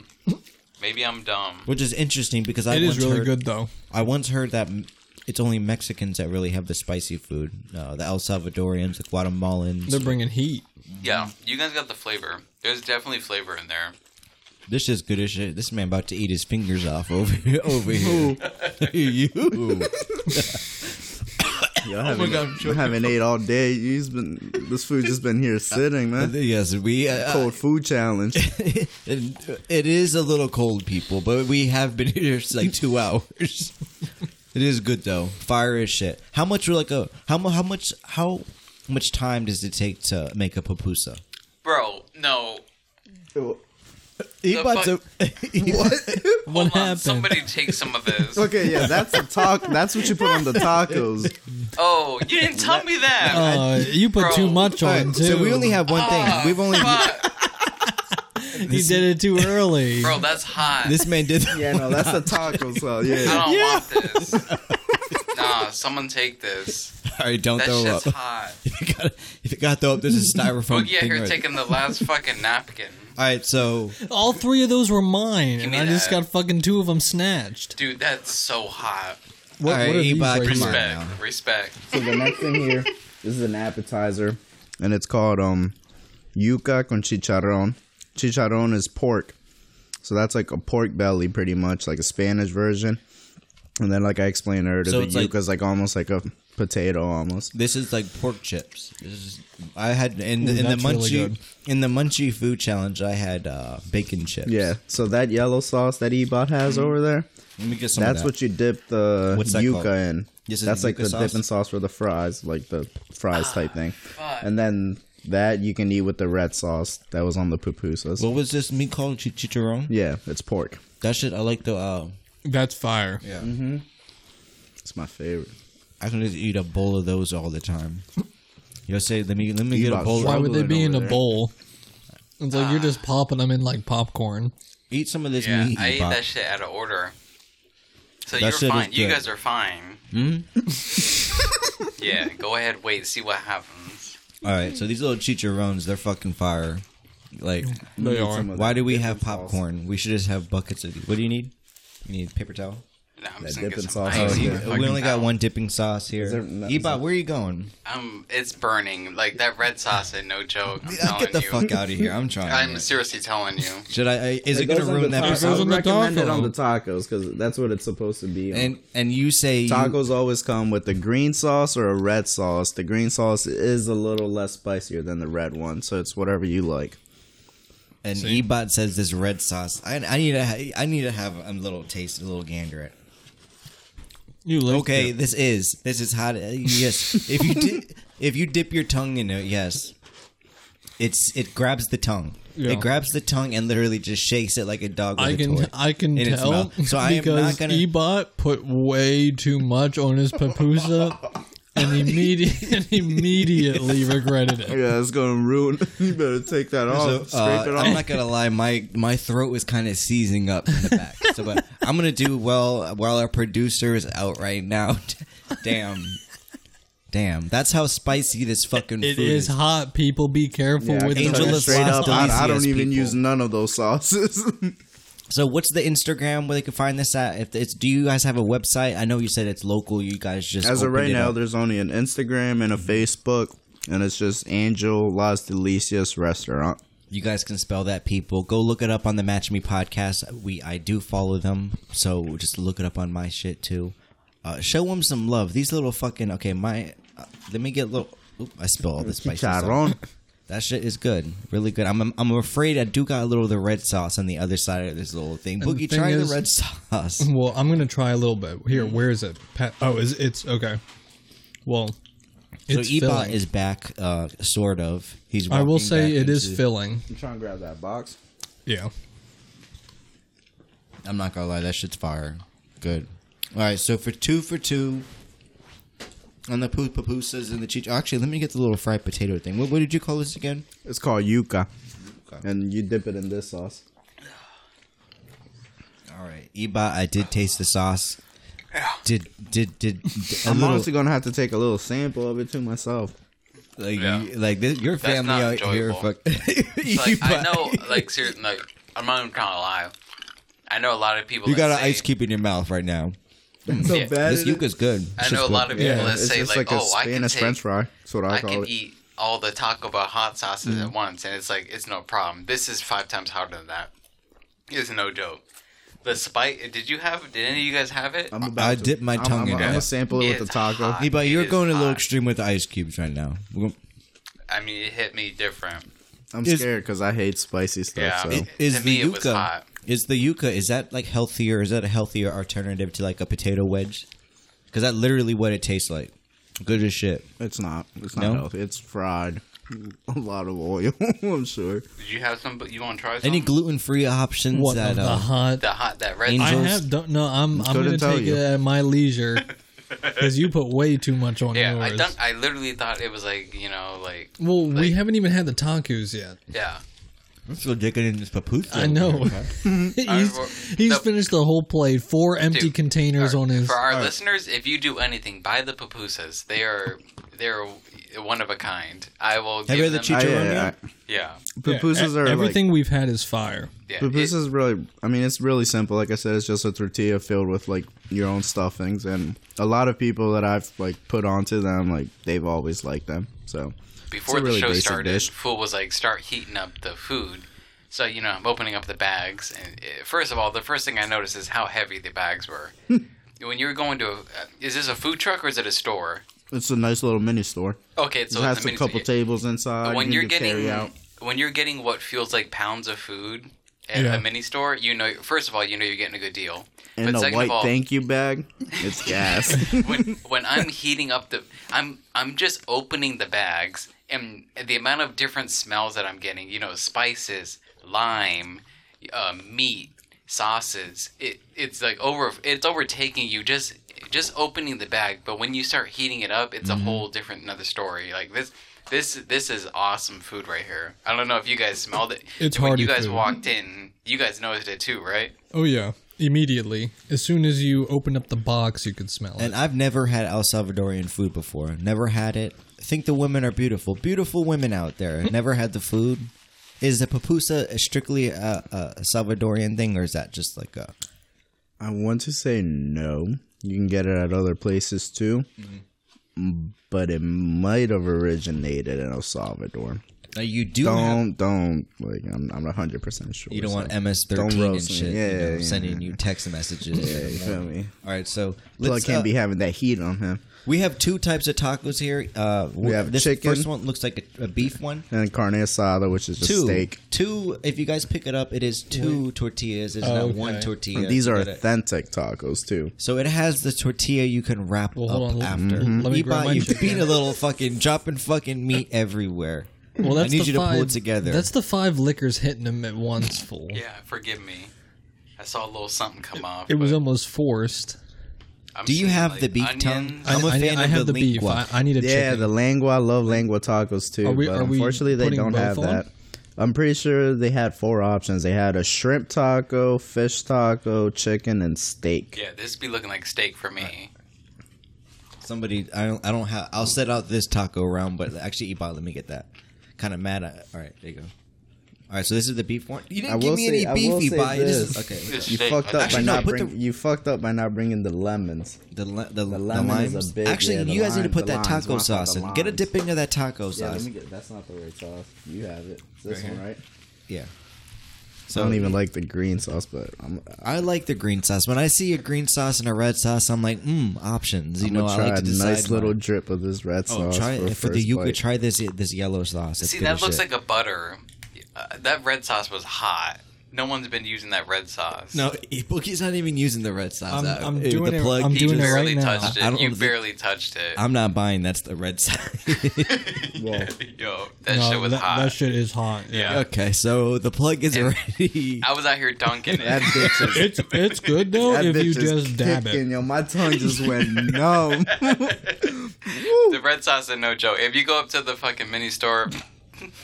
Speaker 4: Maybe I'm dumb.
Speaker 1: which is interesting because I
Speaker 3: It
Speaker 1: once
Speaker 3: is really
Speaker 1: heard,
Speaker 3: good though.
Speaker 1: I once heard that m- it's only Mexicans that really have the spicy food. Uh, the El Salvadorians, the Guatemalans.
Speaker 3: They're bringing heat.
Speaker 4: Yeah, you guys got the flavor. There's definitely flavor in there.
Speaker 1: this is good as shit. This man about to eat his fingers off over here. Over here. you.
Speaker 5: Yo, I haven't, I haven't ate all day. You've been this food just been here sitting, man.
Speaker 1: Yes, we. Uh,
Speaker 5: Cold food challenge.
Speaker 1: it, it is a little cold, people, but we have been here for like two hours. it is good though. Fire as shit. How much? Like a how mu- how much how much time does it take to make a pupusa?
Speaker 4: Bro, no.
Speaker 1: He
Speaker 4: The
Speaker 1: about
Speaker 4: fuck-
Speaker 1: to-
Speaker 3: What
Speaker 4: Hold on,
Speaker 3: happened?
Speaker 4: somebody take some of this.
Speaker 5: okay, yeah, that's the talk. That's what you put on the tacos.
Speaker 4: Oh, you didn't tell me that.
Speaker 3: Uh, you put
Speaker 4: Bro.
Speaker 3: too much
Speaker 1: All
Speaker 3: on
Speaker 1: right,
Speaker 3: too.
Speaker 1: So we only have one thing.
Speaker 4: Ah,
Speaker 1: We've only
Speaker 4: fuck.
Speaker 3: He did it too early.
Speaker 4: Bro, that's hot.
Speaker 1: this man did.
Speaker 5: Yeah, no, that's the tacos. So
Speaker 4: I
Speaker 5: yeah,
Speaker 4: don't want this. nah, someone take this.
Speaker 1: All right, don't
Speaker 4: That
Speaker 1: throw
Speaker 4: shit's
Speaker 1: up.
Speaker 4: hot.
Speaker 1: If you got if you got throw up, there's a styrofoam
Speaker 4: Boogie out
Speaker 1: thing.
Speaker 4: here
Speaker 1: right-
Speaker 4: taking the last fucking napkin.
Speaker 1: All right, so
Speaker 3: All three of those were mine, and
Speaker 4: me
Speaker 3: I just
Speaker 4: that.
Speaker 3: got fucking two of them snatched.
Speaker 4: Dude, that's so hot.
Speaker 3: What,
Speaker 1: All right,
Speaker 3: what are these
Speaker 1: Ebot,
Speaker 3: right
Speaker 1: come
Speaker 3: here?
Speaker 1: on
Speaker 4: Respect.
Speaker 1: now.
Speaker 4: Respect.
Speaker 5: So the next thing here, this is an appetizer, and it's called um yuca con chicharrón. Chicharrón is pork. So that's like a pork belly, pretty much, like a Spanish version. And then, like I explained earlier,
Speaker 1: So
Speaker 5: the
Speaker 1: it's like-
Speaker 5: yuca's like almost like a potato, almost.
Speaker 1: This is like pork chips. This is, I had in the, in
Speaker 3: Ooh,
Speaker 1: the
Speaker 3: that's really
Speaker 1: munchie
Speaker 3: good.
Speaker 1: in the munchie food challenge. I had uh, bacon chips.
Speaker 5: Yeah. So that yellow sauce that Ebot has over there,
Speaker 1: let me get Mm. some.
Speaker 5: that's
Speaker 1: of that.
Speaker 5: what you dip the
Speaker 1: What's that
Speaker 5: yuca
Speaker 1: called?
Speaker 5: in.
Speaker 1: This is
Speaker 5: that's like
Speaker 1: yuca
Speaker 5: the
Speaker 1: sauce?
Speaker 5: dipping sauce for the fries, like the fries type thing. And then that you can eat with the red sauce that was on the pupusas.
Speaker 1: What was this meat called? Chi- Chicharron.
Speaker 5: yeah, it's pork.
Speaker 1: That shit. I like the. Uh,
Speaker 3: That's fire.
Speaker 1: yeah.
Speaker 5: It's my favorite.
Speaker 1: I can just eat a bowl of those all the time. You'll say, let me let me
Speaker 5: You
Speaker 1: get a
Speaker 5: about
Speaker 1: bowl.
Speaker 3: Why would they
Speaker 5: Struggling
Speaker 3: be in
Speaker 5: over
Speaker 3: a
Speaker 5: there.
Speaker 3: bowl? It's
Speaker 4: Ah.
Speaker 3: like you're just popping them in like popcorn.
Speaker 1: Eat some of this
Speaker 4: Yeah,
Speaker 1: meat.
Speaker 4: I ate
Speaker 1: Bob.
Speaker 4: that shit out of order. So
Speaker 1: That
Speaker 4: you're
Speaker 1: shit is
Speaker 4: fine. You
Speaker 1: good. Hmm?
Speaker 4: guys are fine. yeah, go ahead, wait, see what happens.
Speaker 1: All right, so these little chicharrones, they're fucking fire. Like,
Speaker 3: They are.
Speaker 5: some of
Speaker 1: why
Speaker 5: that
Speaker 1: do we
Speaker 5: dipping
Speaker 1: have
Speaker 5: sauce.
Speaker 1: popcorn? We should just have buckets of. What do you need? You need paper towel.
Speaker 4: No, I'm
Speaker 5: That
Speaker 4: just gonna get
Speaker 5: dipping
Speaker 4: some
Speaker 5: sauce
Speaker 4: ice.
Speaker 5: is
Speaker 4: in
Speaker 5: good.
Speaker 4: the
Speaker 1: we
Speaker 4: fucking
Speaker 1: only got
Speaker 4: towel.
Speaker 1: one dipping sauce here.
Speaker 5: Is there- no, is
Speaker 1: Ebot,
Speaker 5: there-
Speaker 1: where are you going?
Speaker 4: Um, it's burning. Like that red sauce, and no joke. I'm
Speaker 1: I'll
Speaker 4: telling
Speaker 1: get the
Speaker 4: you.
Speaker 1: fuck out of here. I'm trying.
Speaker 4: I'm
Speaker 1: it.
Speaker 4: seriously telling you.
Speaker 1: Should I? I is it, gonna
Speaker 5: goes on
Speaker 1: ruin
Speaker 5: the
Speaker 1: that?
Speaker 5: taco.
Speaker 3: It goes
Speaker 1: episode?
Speaker 3: on the
Speaker 5: I would recommend it
Speaker 3: taco.
Speaker 5: on the tacos because that's what it's supposed to be. On.
Speaker 1: And and you say you-
Speaker 5: tacos always come with a green sauce or a red sauce. The green sauce is a little less spicier than the red one, so it's whatever you like.
Speaker 1: and Ebot says this red sauce. I, I need to. ha- I need to have a little taste, a little gander at.
Speaker 3: You licked
Speaker 1: Okay,
Speaker 3: it.
Speaker 1: this is this is hot. uh, Yes, if you di- if you dip your tongue in it, yes, it's it grabs the tongue.
Speaker 3: Yeah.
Speaker 1: It grabs the tongue and literally just shakes it like a dog with
Speaker 3: I
Speaker 1: a
Speaker 3: can
Speaker 1: toy.
Speaker 3: I can
Speaker 1: in its
Speaker 3: tell
Speaker 1: mouth. So I am
Speaker 3: because
Speaker 1: not gonna-
Speaker 3: Ebot put way too much on his papusa and, immedi- and immediately regretted it.
Speaker 5: Yeah, it's gonna ruin. you better take that
Speaker 1: So, uh, I'm not gonna lie, my my throat is kind of seizing up in the back. so, but I'm gonna do well while our producer is out right now. Damn, damn, that's how spicy this fucking
Speaker 3: It
Speaker 1: food
Speaker 3: is hot, people. Be careful with
Speaker 1: can
Speaker 3: the
Speaker 1: tell you
Speaker 3: red
Speaker 1: straight up,
Speaker 3: sauce.
Speaker 1: I-
Speaker 5: I,
Speaker 1: I
Speaker 5: don't
Speaker 1: don't
Speaker 5: even
Speaker 1: people.
Speaker 5: use none of those sauces.
Speaker 1: So what's the Instagram where they can find this at? If it's do you guys have a website? I know you said it's local. You guys just
Speaker 5: As of
Speaker 1: opened
Speaker 5: right
Speaker 1: it
Speaker 5: now,
Speaker 1: up. Mm-hmm.
Speaker 5: there's only an Instagram and a Facebook, and it's just Angel Las Delicias Restaurant.
Speaker 1: you guys can spell that. People, go look it up on the Match Me podcast. We I do follow them, so just look it up on my shit too. Uh, show them some love. These little fucking okay. My uh, let me get a little. Oop, I spilled all the spicy stuff.
Speaker 5: Chicharron.
Speaker 1: That shit is good, really good. I'm I'm afraid I do got a little of the red sauce on the other side of this little thing.
Speaker 3: the
Speaker 1: Boogie,
Speaker 3: thing
Speaker 1: try
Speaker 3: is-
Speaker 1: the red sauce.
Speaker 3: Well, I'm gonna try a little bit. Here, where is it? Pat- oh, is it's okay. Well,
Speaker 1: So
Speaker 3: it's
Speaker 1: Ebot
Speaker 3: filling.
Speaker 1: is back, uh, sort of. He's.
Speaker 3: I will
Speaker 1: walking
Speaker 3: say
Speaker 1: back
Speaker 3: it is
Speaker 1: into-
Speaker 3: filling.
Speaker 5: I'm trying to grab that box.
Speaker 3: Yeah.
Speaker 1: I'm not gonna lie, that shit's fire. Good. All right, so for two for two, on the poo- pupusas and the chich. Actually, let me get the little fried potato thing. What, what did you call this again?
Speaker 5: It's called yuca, and you dip it in this sauce.
Speaker 1: All right, Iba, I did taste the sauce. Did did did, did a
Speaker 5: I'm
Speaker 1: little
Speaker 5: honestly gonna have to take a little sample of it to myself.
Speaker 1: like
Speaker 4: Yeah.
Speaker 1: you- like this, your
Speaker 4: That's
Speaker 1: family
Speaker 4: not
Speaker 1: out here?
Speaker 4: enjoyable.
Speaker 1: Fuck.
Speaker 4: Like I
Speaker 1: Iba,
Speaker 4: know, like seriously, like I'm not even trying to lie. I know a lot of people.
Speaker 1: you
Speaker 4: that
Speaker 1: got an
Speaker 4: say-
Speaker 1: ice cube in your mouth right now.
Speaker 5: So
Speaker 4: Yeah.
Speaker 5: bad.
Speaker 1: This
Speaker 5: it is.
Speaker 1: yuca's good.
Speaker 4: I know a lot of people
Speaker 3: Yeah,
Speaker 4: that
Speaker 5: it's
Speaker 4: say
Speaker 5: just
Speaker 4: like,
Speaker 5: like, a
Speaker 4: "Oh, I can
Speaker 5: Spanish
Speaker 4: take,
Speaker 5: French fry." That's what I,
Speaker 4: I
Speaker 5: call
Speaker 4: can
Speaker 5: it. Mm-hmm.
Speaker 4: eat all the Taco Bell hot sauces at once," and it's like it's no problem. This is five times harder than that. It's no joke. The spike. Did you have? Did any of you guys have it?
Speaker 5: I'm
Speaker 1: I dipped my tongue
Speaker 5: I'm,
Speaker 1: in
Speaker 5: I'm,
Speaker 1: it.
Speaker 5: I'm gonna sample it with the
Speaker 4: It's
Speaker 5: taco.
Speaker 4: hot.
Speaker 1: Iba,
Speaker 4: It
Speaker 1: you're
Speaker 4: is
Speaker 1: going a little
Speaker 4: hot.
Speaker 1: extreme with the ice cubes right now. We're gonna-
Speaker 4: I mean, it hit me different.
Speaker 5: I'm
Speaker 1: Is-
Speaker 5: scared because I hate spicy stuff.
Speaker 4: Yeah.
Speaker 5: So.
Speaker 4: It-
Speaker 1: is
Speaker 4: To
Speaker 1: the
Speaker 4: me, it
Speaker 1: yuca
Speaker 4: was hot.
Speaker 1: is the yuca is that like healthier is that a healthier alternative to like a potato wedge because that's literally what it tastes like good as shit
Speaker 5: it's not. It's not
Speaker 1: No?
Speaker 5: healthy. It's fried. A lot of oil. I'm sure.
Speaker 4: Did you have some? You want to try some?
Speaker 1: any gluten-free options
Speaker 3: What
Speaker 1: that
Speaker 3: of the
Speaker 1: uh,
Speaker 3: hot?
Speaker 4: the hot that red.
Speaker 1: Angel-
Speaker 3: I
Speaker 1: Angels-
Speaker 3: have don't no. I'm I'm
Speaker 5: Couldn't
Speaker 3: gonna
Speaker 5: tell
Speaker 3: take
Speaker 5: you.
Speaker 3: it at my leisure because you put way too much on
Speaker 4: yeah,
Speaker 3: yours.
Speaker 4: I done, I literally thought it was like you know like
Speaker 3: well, we
Speaker 4: like-
Speaker 3: haven't even had the tacos yet.
Speaker 4: yeah.
Speaker 1: i'm still digging in this papusa
Speaker 3: I know. he's
Speaker 4: well,
Speaker 3: he's
Speaker 4: no.
Speaker 3: finished the whole plate. Four empty
Speaker 4: Dude,
Speaker 3: containers
Speaker 4: for-
Speaker 3: on his.
Speaker 4: For our listeners, if you do anything, buy the pupusas. They are they're one of a kind. I will.
Speaker 1: have
Speaker 4: give
Speaker 1: you had the
Speaker 4: them,
Speaker 5: I,
Speaker 1: chicharron
Speaker 5: I,
Speaker 1: yet?
Speaker 5: I,
Speaker 4: Yeah,
Speaker 3: Yeah,
Speaker 5: pupusas
Speaker 3: e-
Speaker 5: are
Speaker 3: everything
Speaker 5: everything.
Speaker 3: we've had is fire.
Speaker 4: yeah.
Speaker 5: Like, pupusas is really. I mean, it's really simple. Like I said, it's just a tortilla filled with like your own stuffings, and a lot of people that I've like put onto them, like they've always liked them. So
Speaker 4: before
Speaker 5: really
Speaker 4: the show
Speaker 5: basic
Speaker 4: started,
Speaker 5: dish.
Speaker 4: Fool was like, start heating up the food. So, you know, I'm opening up the bags. And uh, first of all, the first thing I noticed is how heavy the bags were. when you were going to, a, uh, is this a food truck or is it a store?
Speaker 5: It's a nice little mini store.
Speaker 4: Okay, so
Speaker 5: it
Speaker 4: it's
Speaker 5: has
Speaker 4: a
Speaker 5: a
Speaker 4: mini
Speaker 5: couple tables inside.
Speaker 4: when
Speaker 5: you
Speaker 4: you're
Speaker 5: can
Speaker 4: getting
Speaker 5: carry out.
Speaker 4: when you're getting what feels like pounds of food at
Speaker 3: Yeah.
Speaker 4: a mini store, you know, first of all, you know you're getting a good deal.
Speaker 5: in
Speaker 4: but
Speaker 5: a
Speaker 4: second
Speaker 5: white
Speaker 4: of all,
Speaker 5: thank you bag, it's gas.
Speaker 4: when when I'm heating up the I'm I'm just opening the bags and the amount of different smells that I'm getting, you know, spices, lime, uh, meat, sauces. It it's like over it's overtaking you just just opening the bag, but when you start heating it up, it's
Speaker 3: Mm-hmm.
Speaker 4: a whole different another story. Like this this this is awesome food right here. I don't know if you guys smelled it.
Speaker 3: It's
Speaker 4: when
Speaker 3: hearty
Speaker 4: you guys
Speaker 3: food.
Speaker 4: walked in, you guys noticed it too, right?
Speaker 3: Oh yeah, immediately. As soon as you open up the box, you can smell it.
Speaker 1: And I've never had El Salvadorian food before. Never had it. I think the women are beautiful. Beautiful women out there. Never had the food. Is the pupusa strictly a, a Salvadorian thing, or is that just like a?
Speaker 5: I want to say no. You can get it at other places too, but it might have originated in El Salvador.
Speaker 1: you do.
Speaker 5: Don't don't like I'm I'm hundred percent sure.
Speaker 1: you don't want
Speaker 5: so.
Speaker 1: MS
Speaker 5: Don't
Speaker 1: thirteen and
Speaker 5: roast me.
Speaker 1: shit.
Speaker 5: Yeah,
Speaker 1: you know,
Speaker 5: yeah, yeah,
Speaker 1: sending you text messages.
Speaker 5: Yeah, you feel me?
Speaker 1: All right, so
Speaker 5: Plug
Speaker 1: let's.
Speaker 5: can't
Speaker 1: uh,
Speaker 5: be having that heat on him.
Speaker 1: we have two types of tacos here. Uh, we
Speaker 5: have
Speaker 1: this
Speaker 5: chicken.
Speaker 1: First one looks like a, a beef one.
Speaker 5: And carne asada, which is just
Speaker 1: two,
Speaker 5: steak.
Speaker 1: two. If you guys pick it up, it is two tortillas. It's not
Speaker 3: Oh, Okay.
Speaker 1: one tortilla.
Speaker 5: And these
Speaker 1: You
Speaker 5: are
Speaker 1: gotta-
Speaker 5: authentic tacos too.
Speaker 1: So it has the tortilla you can wrap
Speaker 3: Well,
Speaker 1: up
Speaker 3: hold on. Let-
Speaker 1: after.
Speaker 5: Mm-hmm.
Speaker 3: let me
Speaker 1: you
Speaker 3: grab my
Speaker 1: you've
Speaker 3: chicken.
Speaker 1: been a little fucking dropping fucking meat everywhere.
Speaker 3: Well,
Speaker 1: I need you to pull it together.
Speaker 3: That's the five liquors hitting him at once. Full.
Speaker 4: Yeah, forgive me. I saw a little something come off.
Speaker 3: It was
Speaker 4: but
Speaker 3: almost forced.
Speaker 4: I'm
Speaker 1: Do you
Speaker 4: seeing,
Speaker 1: have the
Speaker 4: like,
Speaker 1: beef tongue?
Speaker 4: onions.
Speaker 1: I'm a
Speaker 3: I- I-
Speaker 1: fan
Speaker 3: I
Speaker 1: of
Speaker 3: have
Speaker 1: the
Speaker 3: the, beef. I,
Speaker 1: lingua.
Speaker 3: I need a
Speaker 5: Yeah,
Speaker 3: chicken.
Speaker 5: the lengua. I love lengua tacos too,
Speaker 3: Are we-
Speaker 5: but
Speaker 3: are we
Speaker 5: unfortunately they
Speaker 3: putting
Speaker 5: don't
Speaker 3: both
Speaker 5: have
Speaker 3: on?
Speaker 5: that. I'm pretty sure they had four options. They had a shrimp taco, fish taco, chicken, and steak.
Speaker 4: Yeah, this be looking like steak for me.
Speaker 1: Somebody, I don't, I don't have. I'll set out this taco round, but actually, Ebot, let me get that. Kind of mad. At, all right, there you go. All right, so this is the beef one. You didn't
Speaker 5: I
Speaker 1: give
Speaker 5: will
Speaker 1: me
Speaker 5: say- I
Speaker 1: any beef,
Speaker 5: will say
Speaker 1: Ebot. This
Speaker 5: this.
Speaker 1: is okay.
Speaker 4: This
Speaker 5: You
Speaker 4: steak,
Speaker 5: fucked
Speaker 4: I-
Speaker 5: up
Speaker 1: Actually,
Speaker 5: by
Speaker 1: no,
Speaker 5: not
Speaker 1: put the-
Speaker 5: bring, you fucked up by not bringing the lemons.
Speaker 1: The le- the, the,
Speaker 5: lemon is a
Speaker 1: limes.
Speaker 5: big-
Speaker 1: actually,
Speaker 5: yeah, the
Speaker 1: you guys need to
Speaker 5: limes,
Speaker 1: put
Speaker 5: the
Speaker 1: that
Speaker 5: limes,
Speaker 1: taco
Speaker 5: watch out, the
Speaker 1: sauce in. Get a
Speaker 5: limes.
Speaker 1: dip into that taco
Speaker 5: Yeah, let
Speaker 1: sauce.
Speaker 5: me get. That's not the right sauce. You have it. It's this
Speaker 1: Right
Speaker 5: one,
Speaker 1: here.
Speaker 5: right?
Speaker 1: yeah.
Speaker 5: I don't even like the green sauce, but I'm,
Speaker 1: I like the green sauce. When I see a green sauce and a red sauce, I'm like, mm, options. You
Speaker 5: I'm
Speaker 1: know,
Speaker 5: gonna
Speaker 1: I
Speaker 5: try
Speaker 1: like to
Speaker 5: a
Speaker 1: decide.
Speaker 5: nice little
Speaker 1: mine.
Speaker 5: drip of this red
Speaker 1: oh,
Speaker 5: sauce
Speaker 1: try
Speaker 5: for,
Speaker 1: for, the
Speaker 5: first
Speaker 1: you could
Speaker 5: bite.
Speaker 1: try this this yellow sauce. It's
Speaker 4: See,
Speaker 1: good
Speaker 4: that
Speaker 1: as
Speaker 4: looks
Speaker 1: shit.
Speaker 4: like a butter. Uh, that red sauce was hot. No one's been using that red sauce.
Speaker 1: no. Bookie's not even using the red sauce.
Speaker 3: I'm-
Speaker 1: Uh,
Speaker 3: I'm
Speaker 1: the
Speaker 3: doing it-
Speaker 1: plug
Speaker 3: I'm
Speaker 1: he
Speaker 4: you
Speaker 3: doing it
Speaker 1: just-
Speaker 4: barely
Speaker 3: right now.
Speaker 4: touched
Speaker 1: I- I don't
Speaker 4: it. You
Speaker 1: think-
Speaker 4: barely touched it.
Speaker 1: I'm not buying. That's the red sauce.
Speaker 5: Well,
Speaker 4: Yo, that
Speaker 3: No,
Speaker 4: shit was
Speaker 3: that,
Speaker 4: hot.
Speaker 3: that shit is hot.
Speaker 4: yeah.
Speaker 1: okay, so the plug is
Speaker 4: And-
Speaker 1: ready.
Speaker 4: I was out here dunking
Speaker 5: that
Speaker 4: it.
Speaker 5: bitch is
Speaker 3: It's it's good though
Speaker 5: That
Speaker 3: if
Speaker 5: bitch
Speaker 3: you
Speaker 5: is
Speaker 3: just dab
Speaker 5: kicking,
Speaker 3: it.
Speaker 5: Yo, my tongue just went numb.
Speaker 4: the red sauce is no joke. If you go up to the fucking mini store,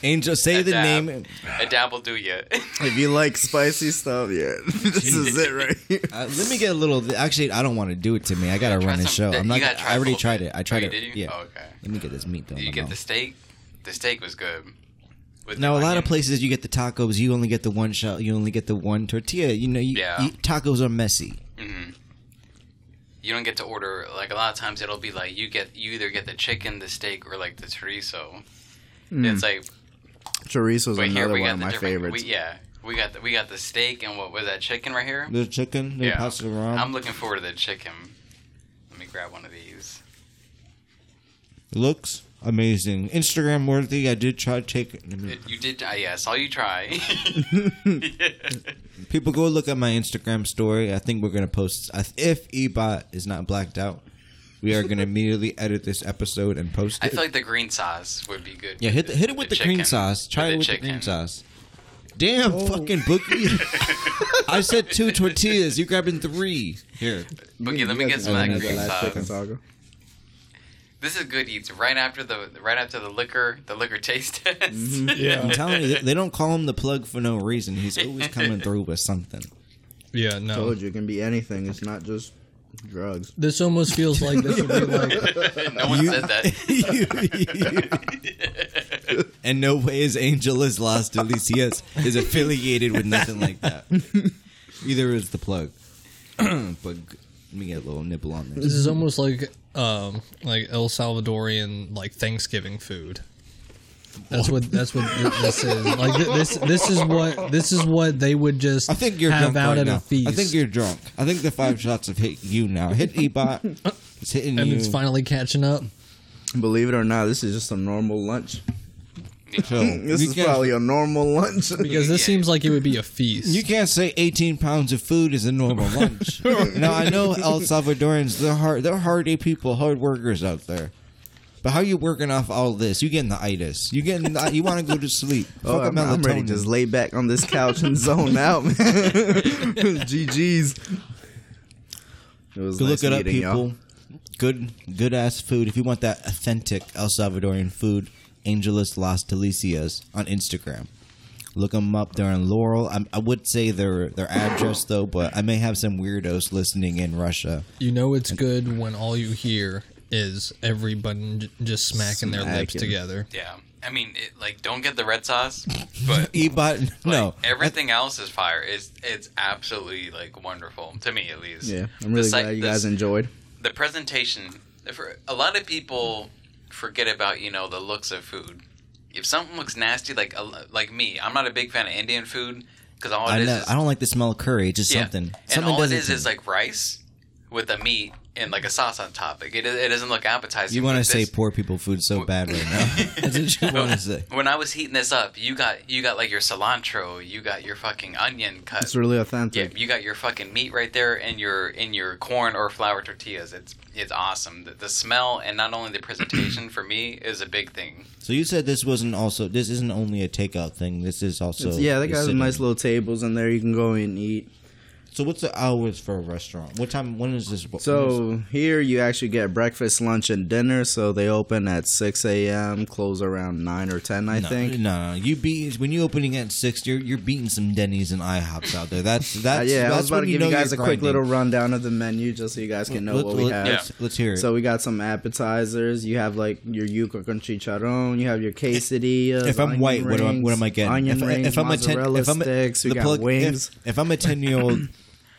Speaker 1: Angel, say
Speaker 4: a
Speaker 1: the
Speaker 4: dab,
Speaker 1: name.
Speaker 4: A dab will do you.
Speaker 5: if you like spicy stuff, yeah, this is it right here.
Speaker 1: Uh, let me get a little. Actually, I don't want to do it to me. I gotta
Speaker 4: Try
Speaker 1: run this show.
Speaker 4: some-
Speaker 1: I'm
Speaker 4: you
Speaker 1: not.
Speaker 4: gotta
Speaker 1: gonna-
Speaker 4: try
Speaker 1: I already
Speaker 4: both.
Speaker 1: tried it. I tried
Speaker 4: oh,
Speaker 1: it.
Speaker 4: Did you?
Speaker 1: Yeah.
Speaker 4: Oh, okay.
Speaker 1: Let me get this meat though.
Speaker 4: Did
Speaker 1: in
Speaker 4: you
Speaker 1: my
Speaker 4: get
Speaker 1: mouth.
Speaker 4: the steak? The steak was good. With
Speaker 1: Now,
Speaker 4: the
Speaker 1: a lot of
Speaker 4: onion.
Speaker 1: places you get the tacos, you only get the one shell, you only get the one tortilla. You know, you,
Speaker 4: Yeah.
Speaker 1: you- tacos are messy.
Speaker 4: you don't get to order like a lot of times it'll be like you get you either get the chicken the steak or like the chorizo it's like
Speaker 5: Chorizo's
Speaker 4: but here
Speaker 5: Hmm. another
Speaker 4: we
Speaker 5: one
Speaker 4: got
Speaker 5: of
Speaker 4: the
Speaker 5: my
Speaker 4: different
Speaker 5: favorites.
Speaker 4: we, yeah we got the, we got the steak and what was that chicken right here
Speaker 1: The chicken, the
Speaker 4: yeah
Speaker 1: pasta
Speaker 4: i'm looking forward to the chicken let me grab one of these
Speaker 1: looks amazing. Instagram worthy. I did try to take
Speaker 4: It- you did uh, yeah i saw you try
Speaker 1: People go look at my Instagram story. I think we're gonna post. I- If Ebot is not blacked out, we are gonna immediately edit this episode and post
Speaker 4: i
Speaker 1: it.
Speaker 4: feel like the green sauce would be good
Speaker 1: yeah, hit the, hit it with the,
Speaker 4: chicken.
Speaker 1: green sauce. Try it with the green
Speaker 4: chicken.
Speaker 1: sauce. Damn, fucking bookie. I said two tortillas. You grabbing three. Here,
Speaker 4: okay
Speaker 5: You
Speaker 4: let me
Speaker 5: guys
Speaker 4: get some of
Speaker 5: remember
Speaker 4: that
Speaker 5: the
Speaker 4: green
Speaker 5: last
Speaker 4: sauce
Speaker 5: chicken taco?
Speaker 4: this is good eats right after the right after the liquor the liquor taste test
Speaker 3: Mm-hmm.
Speaker 1: I'm telling you, they- they don't call him the plug for no reason. He's always coming through with something.
Speaker 3: Yeah, no.
Speaker 5: Told you it can be anything. It's not just drugs.
Speaker 3: This almost feels like this would be like
Speaker 4: no one said that
Speaker 1: and no way is Angel is lost. Delicias is affiliated with nothing like that. Either is the plug. but g- let me get a little nibble on
Speaker 3: this
Speaker 1: this.
Speaker 3: is almost like um like El Salvadorian like Thanksgiving food. That's what that's what th- this is. Like th- this this is what this is what they would just
Speaker 1: I think you're
Speaker 3: have
Speaker 1: drunk
Speaker 3: out
Speaker 1: right
Speaker 3: at
Speaker 1: now.
Speaker 3: a feast.
Speaker 1: I think you're drunk. I think the five shots have hit you now. Hit Ebot. It's hitting
Speaker 3: and
Speaker 1: you.
Speaker 3: it's finally catching up.
Speaker 5: Believe it or not, this is just a normal lunch.
Speaker 1: So,
Speaker 5: This
Speaker 1: you
Speaker 5: is
Speaker 1: can't-
Speaker 5: probably a normal lunch.
Speaker 3: Because this seems like it would be a feast.
Speaker 1: You can't say 18 pounds of food is a normal lunch. now I know El Salvadorans, they're hard, they're hardy people, hard workers out there. But how you working off all this? You getting the itis? You getting? The, you want to go to sleep?
Speaker 5: Oh,
Speaker 1: Fuck a
Speaker 5: I'm, I'm ready
Speaker 1: melatonin.
Speaker 5: to just lay back on this couch and zone out, man. GG's. It was
Speaker 1: Go
Speaker 5: nice
Speaker 1: look it up,
Speaker 5: meeting y'all.
Speaker 1: people. Good, good ass food. If you want that authentic El Salvadorian food, Angelus Las Delicias on Instagram. Look them up. They're in Laurel. I, I would say their their address though, but I may have some weirdos listening in Russia.
Speaker 3: You know it's good when all you hear is everybody j- just smacking their lips
Speaker 5: Smacking.
Speaker 3: together.
Speaker 4: Yeah, I mean, it, like, don't get the red sauce, but
Speaker 1: Ebot, no,
Speaker 4: like, everything else is fire. It's it's absolutely like wonderful to me, at least.
Speaker 5: Yeah, I'm really
Speaker 4: The site-
Speaker 5: glad you
Speaker 4: the-
Speaker 5: guys enjoyed.
Speaker 4: the presentation. For a lot of people, forget about you know the looks of food. If something looks nasty, like a- like me, I'm not a big fan of Indian food because all it
Speaker 1: I,
Speaker 4: is
Speaker 1: know,
Speaker 4: is
Speaker 1: I don't like the smell of curry. It's just something.
Speaker 4: And
Speaker 1: something
Speaker 4: all it
Speaker 1: doesn't
Speaker 4: is
Speaker 1: to
Speaker 4: is
Speaker 1: me.
Speaker 4: like rice with a meat and like a sauce on top. Like, it, it doesn't look appetizing.
Speaker 1: you want to
Speaker 4: but
Speaker 1: say
Speaker 4: this-
Speaker 1: poor people food so bad right now. That's what you want to say.
Speaker 4: When I was heating this up, you got you got like your cilantro, you got your fucking onion cut.
Speaker 5: It's really
Speaker 4: yeah,
Speaker 5: authentic.
Speaker 4: you got your fucking meat right there and your in your corn or flour tortillas. It's it's awesome. The, the smell and not only the presentation for me is a big thing.
Speaker 1: So you said this wasn't also. This isn't only a takeout thing. This is also.
Speaker 5: It's- yeah, they
Speaker 1: a
Speaker 5: got some
Speaker 1: sit-in.
Speaker 5: nice little tables in there. You can go and eat.
Speaker 1: So what's the hours for a restaurant? What time? When is this? when is-
Speaker 5: So here you actually get breakfast, lunch, and dinner. So they open at 6 a.m., close around 9 or 10, I
Speaker 1: no,
Speaker 5: think.
Speaker 1: no, no. You beat when you opening at six. You're you're beating some Denny's and IHOPs out there. That's
Speaker 5: Uh,
Speaker 1: that's
Speaker 5: yeah,
Speaker 1: That's
Speaker 5: I was about
Speaker 1: when
Speaker 5: to
Speaker 1: you
Speaker 5: give
Speaker 1: know
Speaker 5: you guys a
Speaker 1: you're
Speaker 5: quick
Speaker 1: grinding.
Speaker 5: little rundown of the menu just so you guys can know
Speaker 1: Let-
Speaker 5: what we
Speaker 1: let-
Speaker 5: have.
Speaker 1: let's, let's hear it.
Speaker 5: So we got some appetizers. You have like your yuca con chicharron. You have your quesadilla.
Speaker 1: if I'm white, what am I, what am I getting?
Speaker 5: Onion
Speaker 1: if,
Speaker 5: rings,
Speaker 1: if I'm a ten,
Speaker 5: mozzarella
Speaker 1: if I'm a,
Speaker 5: sticks. We
Speaker 1: the
Speaker 5: got
Speaker 1: plug- if-
Speaker 5: wings.
Speaker 1: If, I'm a ten year old,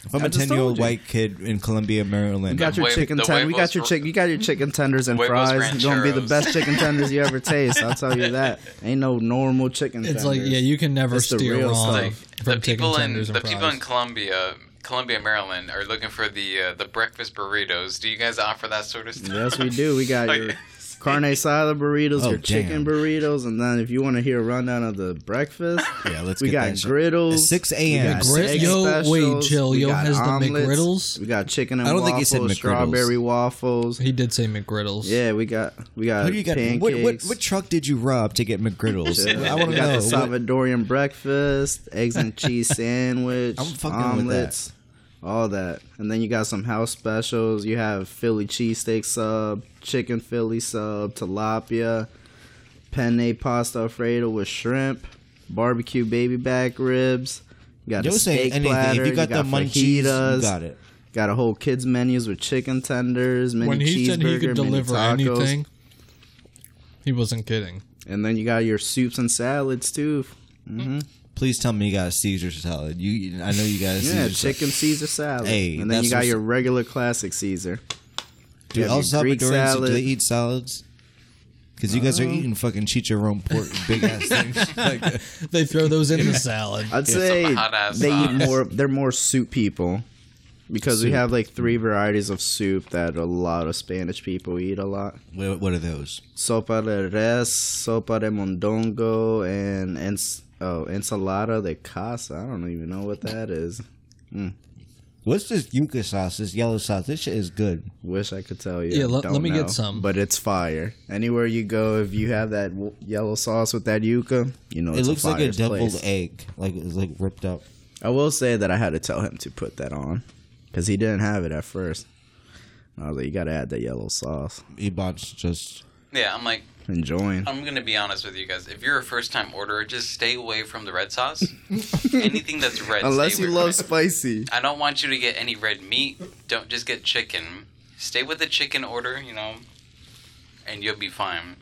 Speaker 1: if I'm
Speaker 5: I
Speaker 1: a
Speaker 5: just told
Speaker 1: ten year old
Speaker 5: you.
Speaker 1: white kid in Columbia, Maryland,
Speaker 5: You got your
Speaker 4: Wave-
Speaker 5: chicken
Speaker 4: the
Speaker 5: tenders. We got
Speaker 4: huevos
Speaker 5: your
Speaker 4: fr-
Speaker 5: chick. You got your chicken tenders and
Speaker 4: Huevos
Speaker 5: fries. It's gonna be the
Speaker 4: rancheros.
Speaker 5: best chicken tenders you ever taste. I'll tell you that. Ain't no normal chicken.
Speaker 3: It's
Speaker 5: tenders.
Speaker 3: like yeah, you can never
Speaker 5: It's the
Speaker 3: steer
Speaker 5: real
Speaker 3: wrong
Speaker 5: stuff.
Speaker 3: from
Speaker 4: the
Speaker 3: chicken
Speaker 4: people in
Speaker 3: tenders
Speaker 4: the
Speaker 3: and
Speaker 4: people
Speaker 3: fries.
Speaker 4: in Columbia, Columbia, Maryland, are looking for the uh, the breakfast burritos. Do you guys offer that sort of stuff?
Speaker 5: Yes, we do. We got
Speaker 4: Oh,
Speaker 5: your
Speaker 4: yeah.
Speaker 5: carne asada burritos,
Speaker 1: Oh,
Speaker 5: your chicken
Speaker 1: damn.
Speaker 5: burritos, and then if you want to hear a rundown of the breakfast,
Speaker 1: Yeah, let's
Speaker 5: we
Speaker 1: get
Speaker 5: got
Speaker 1: that shit.
Speaker 5: griddles.
Speaker 1: It's 6
Speaker 5: We
Speaker 1: a.m.
Speaker 5: got
Speaker 3: Gri-
Speaker 5: egg
Speaker 3: Yo, wait,
Speaker 5: specials,
Speaker 3: chill,
Speaker 5: we
Speaker 3: yo
Speaker 5: got
Speaker 3: has the
Speaker 5: omelets,
Speaker 3: McGriddles?
Speaker 5: We got chicken and
Speaker 1: I don't think he
Speaker 5: waffles,
Speaker 1: said McGriddles.
Speaker 5: strawberry waffles.
Speaker 3: He did say McGriddles.
Speaker 5: Yeah, we got we got
Speaker 1: Who do you got?
Speaker 5: pancakes.
Speaker 1: What, what what truck did you rob to get McGriddles?
Speaker 5: Yeah,
Speaker 1: I want
Speaker 5: we
Speaker 1: to
Speaker 5: got
Speaker 1: know.
Speaker 5: the
Speaker 1: What-
Speaker 5: Salvadorian breakfast, eggs and cheese sandwich,
Speaker 1: I'm fucking with that.
Speaker 5: omelets, all that. And then you got some house specials. You have Philly cheesesteak sub, chicken Philly sub, tilapia, penne pasta alfredo with shrimp, barbecue baby back ribs. You got
Speaker 1: Don't
Speaker 5: a
Speaker 1: say
Speaker 5: steak
Speaker 1: anything.
Speaker 5: platter.
Speaker 1: if you got, the munchies,
Speaker 5: fajitas,
Speaker 1: you got it.
Speaker 5: Got a whole kids menus with chicken tenders, mini
Speaker 3: when he said he
Speaker 5: cheeseburger,
Speaker 3: could
Speaker 5: mini
Speaker 3: deliver
Speaker 5: tacos.
Speaker 3: anything, he wasn't kidding.
Speaker 5: And then you got your soups and salads too. hmm
Speaker 1: Please tell me you got a Caesar salad. You, I know you got a
Speaker 5: Yeah,
Speaker 1: Caesar
Speaker 5: chicken Caesar salad.
Speaker 1: Hey,
Speaker 5: and then
Speaker 1: that's
Speaker 5: you got
Speaker 1: what's-
Speaker 5: your regular classic Caesser.
Speaker 1: salad. Do
Speaker 5: Yeah,
Speaker 1: El
Speaker 5: Greek
Speaker 1: Salvadorians do
Speaker 5: salad.
Speaker 1: they eat salads? Because you guys
Speaker 5: Uh-huh.
Speaker 1: are eating fucking chicharron pork, big ass things. Like,
Speaker 3: They throw those in the salad.
Speaker 5: I'd
Speaker 4: some
Speaker 5: say
Speaker 4: hot-ass
Speaker 5: they eat
Speaker 4: sauce.
Speaker 5: more. They're more soup people because we have like three varieties of soup that a lot of Spanish people eat a lot:
Speaker 1: what, what are those?
Speaker 5: sopa de res, sopa de mondongo, and ens- oh, ensalada de casa. I don't even know what that is.
Speaker 1: What's this yuca sauce? This yellow sauce. This shit is good.
Speaker 5: Wish I could tell you.
Speaker 3: Yeah, let-
Speaker 5: Don't
Speaker 3: let me get
Speaker 5: know.
Speaker 3: some.
Speaker 5: But it's fire. Anywhere you go, if you have that w- yellow sauce with that yuca, you know it's
Speaker 1: it looks
Speaker 5: a
Speaker 1: like a
Speaker 5: fire
Speaker 1: deviled
Speaker 5: place.
Speaker 1: egg. Like it's like ripped up.
Speaker 5: I will say that I had to tell him to put that on because he didn't have it at first. And I was like, you got to add that yellow sauce.
Speaker 1: Ebot's just
Speaker 4: Yeah, I'm like,
Speaker 5: Enjoying.
Speaker 4: I'm gonna be honest with you guys. If you're a first time orderer, just stay away from the red sauce. Anything that's red.
Speaker 5: Unless
Speaker 4: stay
Speaker 5: you
Speaker 4: away
Speaker 5: love
Speaker 4: from it.
Speaker 5: spicy.
Speaker 4: I don't want you to get any red meat. Don't just get chicken. Stay with the chicken order, you know, and you'll be fine.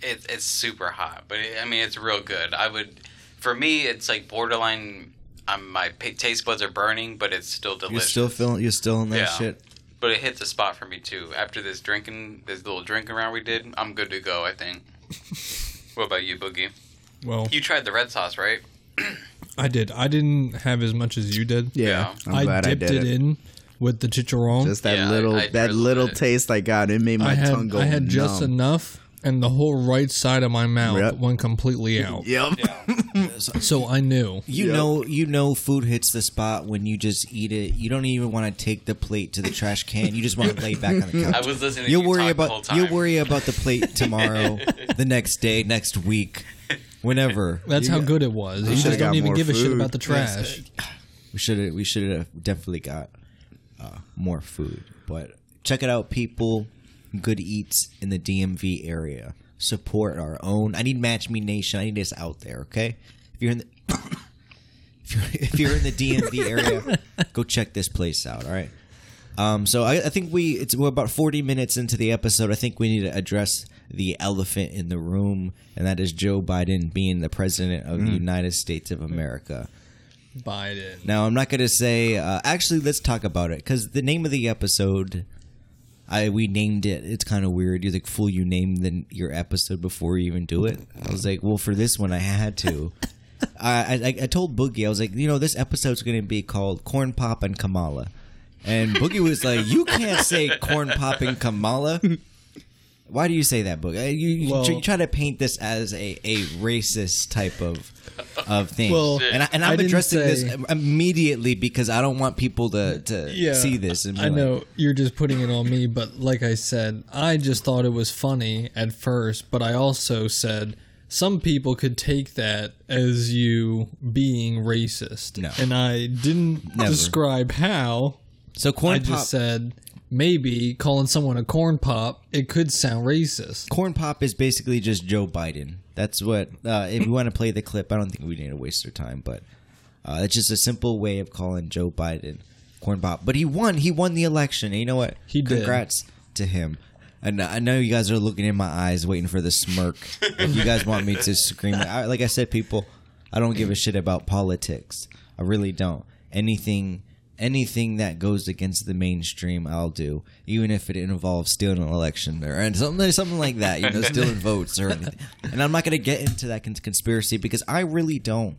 Speaker 4: It, it's super hot, but it, I mean, it's real good. I would, for me, it's like borderline. I'm, my pa taste buds are burning, but it's still
Speaker 1: you're
Speaker 4: delicious.
Speaker 1: still feeling you're still in that
Speaker 4: Yeah.
Speaker 1: shit.
Speaker 4: but it hits a spot for me too. After this drinking, this little drinking round we did, I'm good to go. I think. What about you, Boogie?
Speaker 3: Well,
Speaker 4: You tried the red sauce, right?
Speaker 3: I did. I didn't have as much as you did.
Speaker 5: Yeah, I'm
Speaker 3: I
Speaker 5: glad I
Speaker 3: dipped
Speaker 5: did
Speaker 3: it,
Speaker 5: it.
Speaker 3: in with the chicharron.
Speaker 5: Just that
Speaker 4: Yeah, I-
Speaker 5: little
Speaker 4: I
Speaker 5: that
Speaker 4: drizzled
Speaker 5: little
Speaker 4: it.
Speaker 5: taste I got. It made my
Speaker 3: I had,
Speaker 5: tongue go.
Speaker 3: I had just
Speaker 5: numb.
Speaker 3: enough, and the whole right side of my mouth
Speaker 5: Yep.
Speaker 3: went completely out.
Speaker 5: Yep.
Speaker 3: So I knew.
Speaker 1: You know, you know, food hits the spot when you just eat it. You don't even want to take the plate to the trash can. You just want to lay back on the
Speaker 4: I
Speaker 1: couch.
Speaker 4: was listening.
Speaker 1: You'll
Speaker 4: to you
Speaker 1: worry
Speaker 4: talk
Speaker 1: about
Speaker 4: the whole time.
Speaker 1: you'll worry about the plate tomorrow, the next day, next week, whenever.
Speaker 3: That's how good it was. You
Speaker 5: should've
Speaker 3: just don't
Speaker 5: got
Speaker 3: even
Speaker 5: more
Speaker 3: give a shit
Speaker 5: food.
Speaker 3: about the trash.
Speaker 1: We should have we should have definitely got uh, more food. But check it out, people. Good eats in the DMV area. Support our own. I need Match Me Nation. I need this out there. Okay, if you're in the if you're, if you're in the DMV area, go check this place out. All right. Um, so I, I think we it's we're about forty minutes into the episode. I think we need to address the elephant in the room, and that is Joe Biden being the president of the United States of America.
Speaker 3: Biden.
Speaker 1: Now, I'm not going to say. Uh, actually, let's talk about it because the name of the episode, I we named it. It's kind of weird. You're like, fool, you named the, your episode before you even do it. I was like, well, for this one, I had to. I, I I told Boogie, I was like, you know, this episode's going to be called Corn Pop and Kamala, and Boogie was like, you can't say Corn Pop and Kamala. Why do you say that, Boogie? Uh, You, you,
Speaker 3: Well-
Speaker 1: tr- you try to paint this as a, a racist type of of thing.
Speaker 3: Well,
Speaker 1: and, I, and
Speaker 3: I
Speaker 1: I'm
Speaker 3: didn't
Speaker 1: addressing this
Speaker 3: say-
Speaker 1: immediately because I don't want people to, to see this. And be
Speaker 3: I
Speaker 1: like-
Speaker 3: know you're just putting it on me, but like I said, I just thought it was funny at first, but I also said some people could take that as you being racist.
Speaker 1: No.
Speaker 3: And I didn't
Speaker 1: Never.
Speaker 3: describe how.
Speaker 1: So corn
Speaker 3: I
Speaker 1: pop,
Speaker 3: just said maybe calling someone a corn pop, it could sound racist.
Speaker 1: corn pop is basically just Joe Biden. That's what. Uh, if you want to play the clip, I don't think we need to waste our time, but uh, it's just a simple way of calling Joe Biden corn pop. But he won. He won the election. And you know what?
Speaker 3: He did.
Speaker 1: Congrats to him. And I know you guys are looking in my eyes, waiting for the smirk. if you guys want me to scream, I, like I said, people, I don't give a shit about politics. I really don't. Anything, anything that goes against the mainstream, I'll do, even if it involves stealing an election or and something, something like that. You know, stealing votes or anything. And I'm not going to get into that con- conspiracy because I really don't.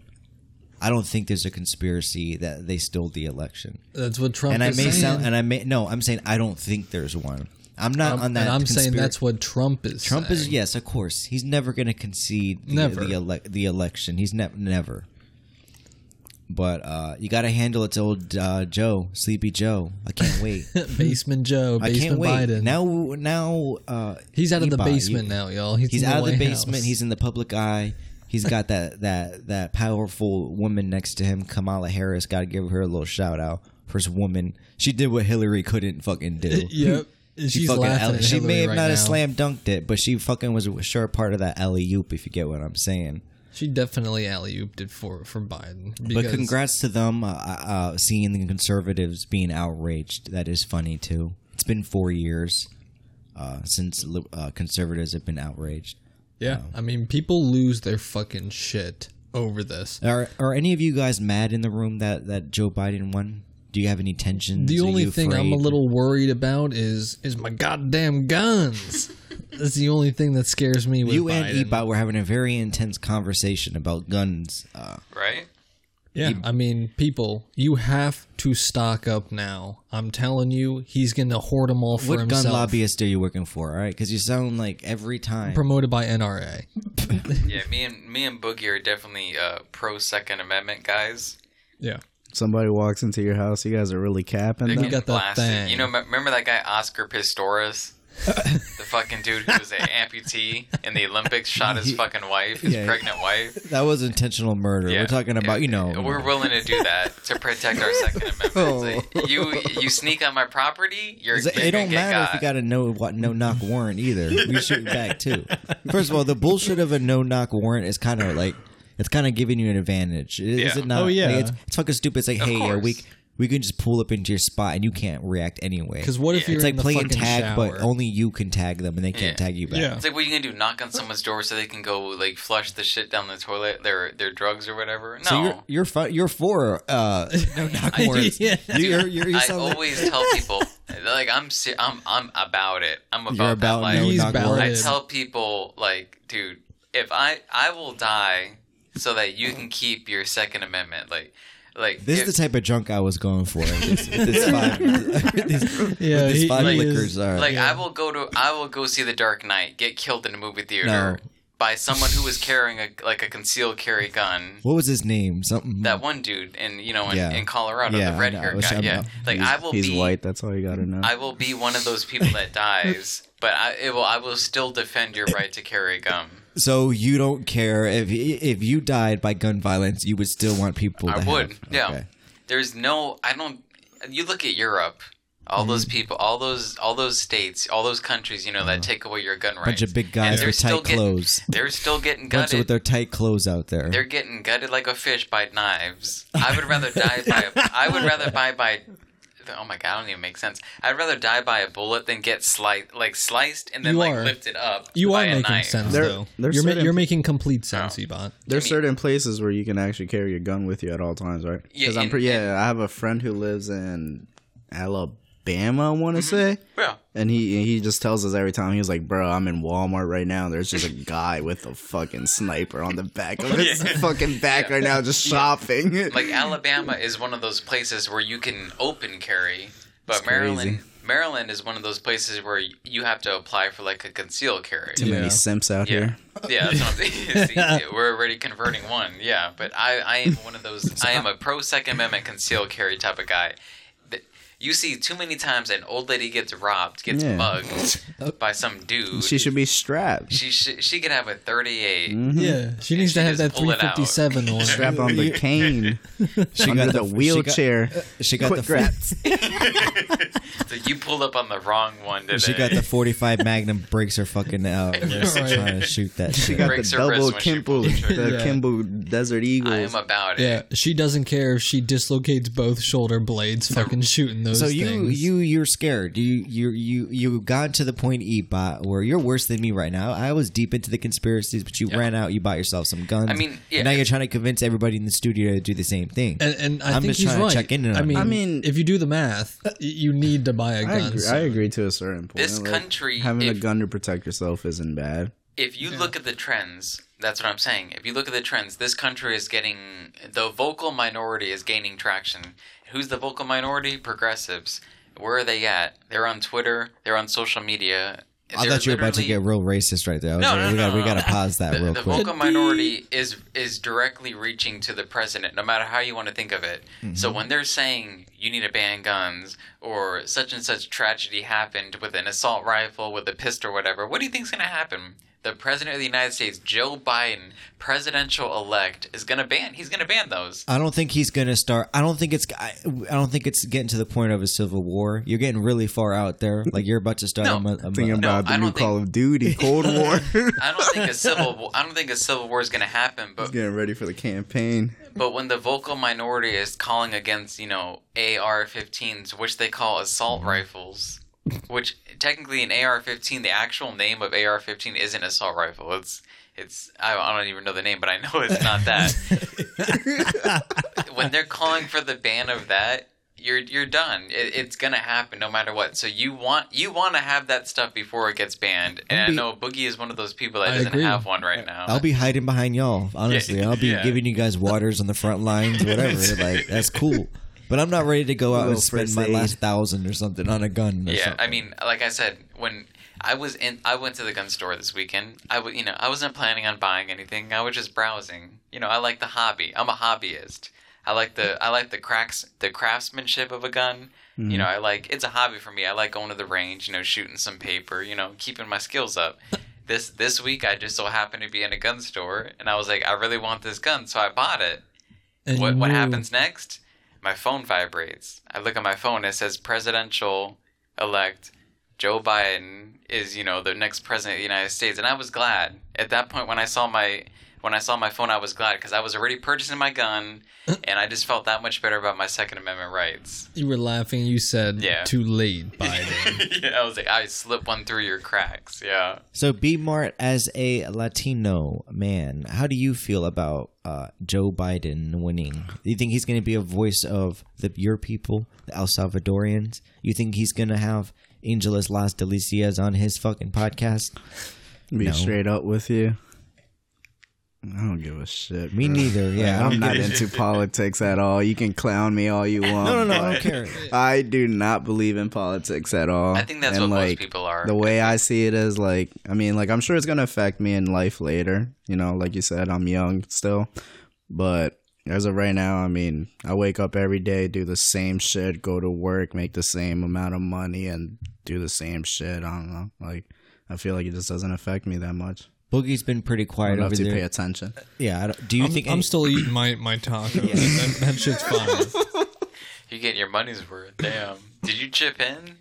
Speaker 1: I don't think there's a conspiracy that they stole the election
Speaker 3: That's what Trump
Speaker 1: and I
Speaker 3: is
Speaker 1: may
Speaker 3: saying.
Speaker 1: sound and I may no, I'm saying I don't think there's one. I'm not
Speaker 3: Um,
Speaker 1: on that.
Speaker 3: and I'm saying
Speaker 1: conspira-
Speaker 3: that's what Trump is
Speaker 1: Trump is
Speaker 3: saying.
Speaker 1: yes, of course. He's never going to concede the,
Speaker 3: Never.
Speaker 1: the, elec the election. He's never never. But uh, you got to handle its old uh, Joe, Sleepy Joe. I can't wait.
Speaker 3: Basement Joe,
Speaker 1: I can't
Speaker 3: Basement
Speaker 1: wait.
Speaker 3: Biden.
Speaker 1: Now, now uh,
Speaker 3: He's out of the
Speaker 1: Ebot, you-
Speaker 3: basement now, y'all. He's,
Speaker 1: He's
Speaker 3: in
Speaker 1: out of the
Speaker 3: White
Speaker 1: basement.
Speaker 3: House.
Speaker 1: He's in the public eye. He's got that that that powerful woman next to him, Kamala Harris. Got to give her a little shout out. First woman, she did what Hillary couldn't fucking do.
Speaker 3: Yep. And
Speaker 1: She
Speaker 3: she's
Speaker 1: fucking
Speaker 3: laughing
Speaker 1: alley-
Speaker 3: at
Speaker 1: she may
Speaker 3: Hillary
Speaker 1: have
Speaker 3: right
Speaker 1: not
Speaker 3: now.
Speaker 1: have slam dunked it, but she fucking was a sure part of that alley oop. If you get what I'm saying.
Speaker 3: She definitely alley ooped it for for Biden.
Speaker 1: But
Speaker 3: because-
Speaker 1: congrats to them uh, uh, seeing the conservatives being outraged. That is funny too. It's been four years uh, since li- uh, conservatives have been outraged.
Speaker 3: Yeah, I mean, people lose their fucking shit over this.
Speaker 1: Are are any of you guys mad in the room that that Joe Biden won? Do you have any tensions?
Speaker 3: The
Speaker 1: Are
Speaker 3: only
Speaker 1: you
Speaker 3: thing I'm a
Speaker 1: afraid?
Speaker 3: little worried about is is my goddamn guns. That's the only thing that scares me. With
Speaker 1: you
Speaker 3: Biden.
Speaker 1: and Ebot were having a very intense conversation about guns. Uh,
Speaker 4: right?
Speaker 3: Yeah, I mean, people, you have to stock up now. I'm telling you, he's gonna hoard them all for
Speaker 1: what
Speaker 3: himself.
Speaker 1: gun lobbyist are you working for? All right, because you sound like every time.
Speaker 3: Promoted by NRA.
Speaker 4: Yeah, me and me and Boogie are definitely uh, pro Second Amendment guys.
Speaker 3: Yeah,
Speaker 5: Somebody walks into your house. You guys are really capping.
Speaker 4: They're
Speaker 5: Them.
Speaker 4: getting
Speaker 3: got that
Speaker 4: blasted.
Speaker 3: thing.
Speaker 4: You know, m- remember that guy Oscar Pistorius, the fucking dude who was an amputee in the Olympics, shot his fucking wife, his
Speaker 1: Yeah.
Speaker 4: pregnant wife.
Speaker 1: that was intentional murder.
Speaker 4: Yeah.
Speaker 1: We're talking about you know.
Speaker 4: We're willing to do that to protect our Second Amendment. It's like, you you sneak on my property,
Speaker 1: Oh.
Speaker 4: you're,
Speaker 1: It's like,
Speaker 4: you're
Speaker 1: it
Speaker 4: gonna
Speaker 1: don't
Speaker 4: get
Speaker 1: matter if you
Speaker 4: got.
Speaker 1: got a no what no knock warrant either. We shoot back too. First of all, the bullshit of a no knock warrant is kind of like it's kind of giving you an advantage. Is
Speaker 4: Yeah.
Speaker 1: it not?
Speaker 3: Oh, yeah.
Speaker 1: Like, it's, it's fucking stupid. It's like
Speaker 4: Of
Speaker 1: hey, uh, we
Speaker 4: course.
Speaker 1: we can just pull up into your spot and you can't react anyway.
Speaker 3: because what if
Speaker 4: Yeah.
Speaker 3: you're
Speaker 1: it's
Speaker 3: in
Speaker 1: like
Speaker 3: the
Speaker 1: playing
Speaker 3: fucking
Speaker 1: tag,
Speaker 3: shower?
Speaker 1: but only you can tag them and they can't
Speaker 4: Yeah.
Speaker 1: tag you back.
Speaker 3: yeah.
Speaker 4: It's like, what are you gonna do? Knock on someone's door so they can go like flush the shit down the toilet, their their drugs or whatever? No.
Speaker 1: So you're you're fu- you're for uh, no knock warrants.
Speaker 3: Yeah.
Speaker 1: You're you're, you
Speaker 4: I
Speaker 1: sound like-
Speaker 4: always tell people like I'm se- I'm I'm about it. I'm about,
Speaker 1: you're
Speaker 4: that
Speaker 1: about
Speaker 4: life.
Speaker 1: no
Speaker 3: He's
Speaker 1: knock
Speaker 3: about
Speaker 1: warrants.
Speaker 4: I
Speaker 3: it.
Speaker 4: tell people like, dude, if I I will die so that you can keep your Second Amendment. Like like
Speaker 1: This
Speaker 4: if-
Speaker 1: is the type of junk I was going for. This, this five, these, these
Speaker 3: Yeah, Uh, he-
Speaker 1: five
Speaker 3: he
Speaker 1: liquors
Speaker 3: is-
Speaker 1: are.
Speaker 4: Like I will go to I will go see The Dark Knight, get killed in a movie theater
Speaker 1: No.
Speaker 4: by someone who was carrying a like a concealed carry gun.
Speaker 1: what was his name? Something.
Speaker 4: That one dude in you know in,
Speaker 1: Yeah.
Speaker 4: in Colorado,
Speaker 1: Yeah,
Speaker 4: the
Speaker 1: I
Speaker 4: red
Speaker 1: know.
Speaker 4: hair
Speaker 1: Which
Speaker 4: guy.
Speaker 1: I'm
Speaker 4: yeah,
Speaker 1: not-
Speaker 4: like
Speaker 5: he's,
Speaker 4: I will
Speaker 5: he's
Speaker 4: be
Speaker 5: white. That's all you gotta know.
Speaker 4: I will be one of those people that dies, but I it will I will still defend your right to carry a gun.
Speaker 1: So you don't care if if you died by gun violence, you would still want people.
Speaker 4: I
Speaker 1: to
Speaker 4: would.
Speaker 1: have-
Speaker 4: Yeah.
Speaker 1: okay.
Speaker 4: There's no I don't you look at Europe, all
Speaker 1: Mm-hmm.
Speaker 4: those people, all those all those states, all those countries, you know, that take away your gun rights.
Speaker 1: Uh-huh. Bunch of big
Speaker 4: and
Speaker 1: guys
Speaker 4: they're
Speaker 1: with
Speaker 4: still
Speaker 1: tight
Speaker 4: getting,
Speaker 1: clothes.
Speaker 4: They're still getting
Speaker 1: Bunch with
Speaker 4: gutted.
Speaker 1: their tight clothes out there.
Speaker 4: They're getting gutted like a fish by knives. I would rather die by a, I would rather die by Oh my god, I don't even make sense. I'd rather die by a bullet than get sliced like sliced and then
Speaker 3: You
Speaker 4: like
Speaker 3: are.
Speaker 4: lifted up.
Speaker 3: You
Speaker 4: by
Speaker 3: are
Speaker 4: a
Speaker 3: making
Speaker 4: knife. Oh.
Speaker 3: sense
Speaker 5: They're-
Speaker 3: though.
Speaker 5: they're
Speaker 3: you're, ma-
Speaker 5: certain-
Speaker 3: you're making complete sense, Ebot.
Speaker 1: Mm-hmm.
Speaker 5: There's
Speaker 4: mean-
Speaker 5: certain places where you can actually carry your gun with you at all times, right?
Speaker 4: Yeah,
Speaker 5: Because I'm
Speaker 4: and-
Speaker 5: pretty. Yeah, I have a friend who lives in Alabama. I want
Speaker 4: Mm-hmm.
Speaker 5: to say,
Speaker 4: Yeah.
Speaker 5: and he and he just tells us every time he was like, "Bro, I'm in Walmart right now. And there's just a guy with a fucking sniper on the back of his
Speaker 4: Yeah.
Speaker 5: fucking back right now, just shopping."
Speaker 4: like Alabama is one of those places where you can open carry, but
Speaker 5: It's
Speaker 4: Maryland Maryland is one of those places where y- you have to apply for like a concealed carry.
Speaker 5: too
Speaker 3: Yeah.
Speaker 5: many simps out
Speaker 4: Yeah,
Speaker 5: here.
Speaker 4: yeah, that's what I'm saying. See, we're already converting one. Yeah, but I, I am one of those. I am a pro Second Amendment concealed carry type of guy. Th- You see too many times an old lady gets robbed, gets
Speaker 5: Yeah.
Speaker 4: mugged by some dude.
Speaker 5: She should Mm. be strapped.
Speaker 4: She sh- she could have a 38
Speaker 3: Yeah, she needs
Speaker 4: she
Speaker 3: to have
Speaker 4: just
Speaker 3: that
Speaker 4: pull it out.
Speaker 3: 357 on.
Speaker 5: Strapped on the cane. She
Speaker 1: got the-
Speaker 5: under
Speaker 1: she
Speaker 5: the,
Speaker 1: got-
Speaker 5: wheelchair.
Speaker 1: she got
Speaker 5: Quick
Speaker 1: the
Speaker 5: grabs.
Speaker 4: So you pulled up on the wrong one today.
Speaker 1: She got the 45 Magnum breaks her fucking out. Just
Speaker 3: Right.
Speaker 1: trying to shoot that.
Speaker 5: She
Speaker 1: shit.
Speaker 5: got the
Speaker 4: Breaks her wrist
Speaker 5: double
Speaker 4: when she
Speaker 5: Kimbo,
Speaker 4: pulls the trigger.
Speaker 5: the
Speaker 3: Yeah.
Speaker 5: Kimbo Desert Eagles.
Speaker 4: I am about it.
Speaker 3: Yeah, she doesn't care if she dislocates both shoulder blades fucking shooting those
Speaker 1: So you
Speaker 3: things.
Speaker 1: you you're scared. You you you you got to the point Ebot where you're worse than me right now. I was deep into the conspiracies, but you ran out. You bought yourself some guns.
Speaker 4: I mean, yeah.
Speaker 1: and now you're trying to convince everybody in the studio to do the same thing.
Speaker 3: and, and I
Speaker 1: I'm
Speaker 3: think
Speaker 1: just
Speaker 3: he's
Speaker 1: trying to
Speaker 3: right.
Speaker 1: check in on
Speaker 3: I
Speaker 1: it.
Speaker 3: mean,
Speaker 5: I mean-
Speaker 3: if you do the math, y- you need to buy a
Speaker 5: I
Speaker 3: gun.
Speaker 5: agree,
Speaker 3: so-
Speaker 5: I agree to a certain point.
Speaker 4: This country,
Speaker 5: having
Speaker 4: if-
Speaker 5: a gun to protect yourself isn't bad.
Speaker 4: if you look at the trends, that's what I'm saying. If you look at the trends, this country is getting the vocal minority is gaining traction. Who's the vocal minority? Progressives. Where are they at? They're on Twitter. They're on social media.
Speaker 1: I
Speaker 4: They're
Speaker 1: thought you were about to
Speaker 4: literally-
Speaker 1: get real racist right there. I was
Speaker 4: No,
Speaker 1: like,
Speaker 4: no,
Speaker 1: we
Speaker 4: no,
Speaker 1: got we
Speaker 4: no.
Speaker 1: got to pause that
Speaker 4: the,
Speaker 1: real
Speaker 4: the
Speaker 1: quick.
Speaker 4: vocal minority is is directly reaching to the president, no matter how you want to think of it. So when they're saying you need to ban guns or such and such tragedy happened with an assault rifle, with a pistol, or whatever, what do you think's going to happen? The president of the United States, Joe Biden, presidential elect, is going to ban. He's going to ban those.
Speaker 1: I don't think he's going to start. I don't think it's. I, I don't think it's getting to the point of a civil war. You're getting really far out there. Like you're about to start.
Speaker 4: No.
Speaker 1: a mo- a mo-
Speaker 5: Thinking about
Speaker 4: I
Speaker 5: the new
Speaker 4: don't
Speaker 5: Call of Duty Cold War.
Speaker 4: I don't think a civil. wa- I don't think a civil war is going to happen. But
Speaker 5: Getting ready for the campaign.
Speaker 4: But when the vocal minority is calling against, you know, AR-15s, which they call assault rifles, which technically an AR-15, the actual name of AR-15 isn't assault rifle. It's it's I don't, I don't even know the name, but I know it's not that. when they're calling for the ban of that, you're you're done. It, it's gonna happen no matter what. So you want you want to have that stuff before it gets banned. And
Speaker 1: be-
Speaker 4: I know Boogie is one of those people that
Speaker 3: I
Speaker 4: doesn't
Speaker 3: agree.
Speaker 4: have one right now.
Speaker 1: I'll be hiding behind y'all. Honestly, I'll be
Speaker 4: yeah.
Speaker 1: giving you guys waters on the front lines, whatever. like that's cool. But I'm not ready to go out and
Speaker 5: Little
Speaker 1: spend
Speaker 5: first
Speaker 1: my
Speaker 5: aid.
Speaker 1: last thousand or something on a gun. Or
Speaker 4: yeah
Speaker 1: something.
Speaker 4: i mean like i said when i was in i went to the gun store this weekend i would you know i wasn't planning on buying anything i was just browsing you know i like the hobby i'm a hobbyist i like the i like the cracks the craftsmanship of a gun
Speaker 1: Mm-hmm.
Speaker 4: you know i like it's a hobby for me i like going to the range you know shooting some paper you know keeping my skills up this this week i just so happened to be in a gun store and i was like i really want this gun so i bought it
Speaker 3: And
Speaker 4: what,
Speaker 3: you
Speaker 4: what
Speaker 3: knew-
Speaker 4: happens next? My phone vibrates. I look at my phone. It says presidential elect Joe Biden is you know the next president of the United States, and I was glad at that point when I saw my when I saw my phone. I was glad because I was already purchasing my gun, and I just felt that much better about my Second Amendment rights.
Speaker 3: You were laughing. You said,
Speaker 4: Yeah.
Speaker 3: "Too late, Biden."
Speaker 4: yeah, I was like, I slip one through your cracks. Yeah.
Speaker 1: so B Mart, as a Latino man, how do you feel about uh, Joe Biden winning? Do you think he's going to be a voice of the your people, the El Salvadorians? You think he's going to have Angeles Las Delicias on his fucking podcast?
Speaker 5: Be straight up with you. I don't give a shit.
Speaker 1: Me
Speaker 5: bro.
Speaker 1: neither, yeah.
Speaker 5: Like, I'm not into politics at all. You can clown me all you want.
Speaker 1: No, no, no,
Speaker 5: but
Speaker 1: I don't care.
Speaker 5: I do not believe in politics at all.
Speaker 4: I think that's
Speaker 5: And,
Speaker 4: what
Speaker 5: like,
Speaker 4: most people are.
Speaker 5: The way I see it is like, I mean, like I'm sure it's gonna affect me in life later. You know, like you said, I'm young still, but as of right now, I mean, I wake up every day, do the same shit, go to work, make the same amount of money, and do the same shit. I don't know, like. I feel like it just doesn't affect me that much.
Speaker 1: Boogie's been pretty quiet
Speaker 5: enough
Speaker 1: over
Speaker 5: to pay
Speaker 1: there.
Speaker 5: attention.
Speaker 1: Yeah, I don't, do you
Speaker 3: I'm,
Speaker 1: think
Speaker 3: I'm
Speaker 1: any-
Speaker 3: still eating my my tacos. that, that shit's fine.
Speaker 4: you get your money's worth. Damn. Did you chip in?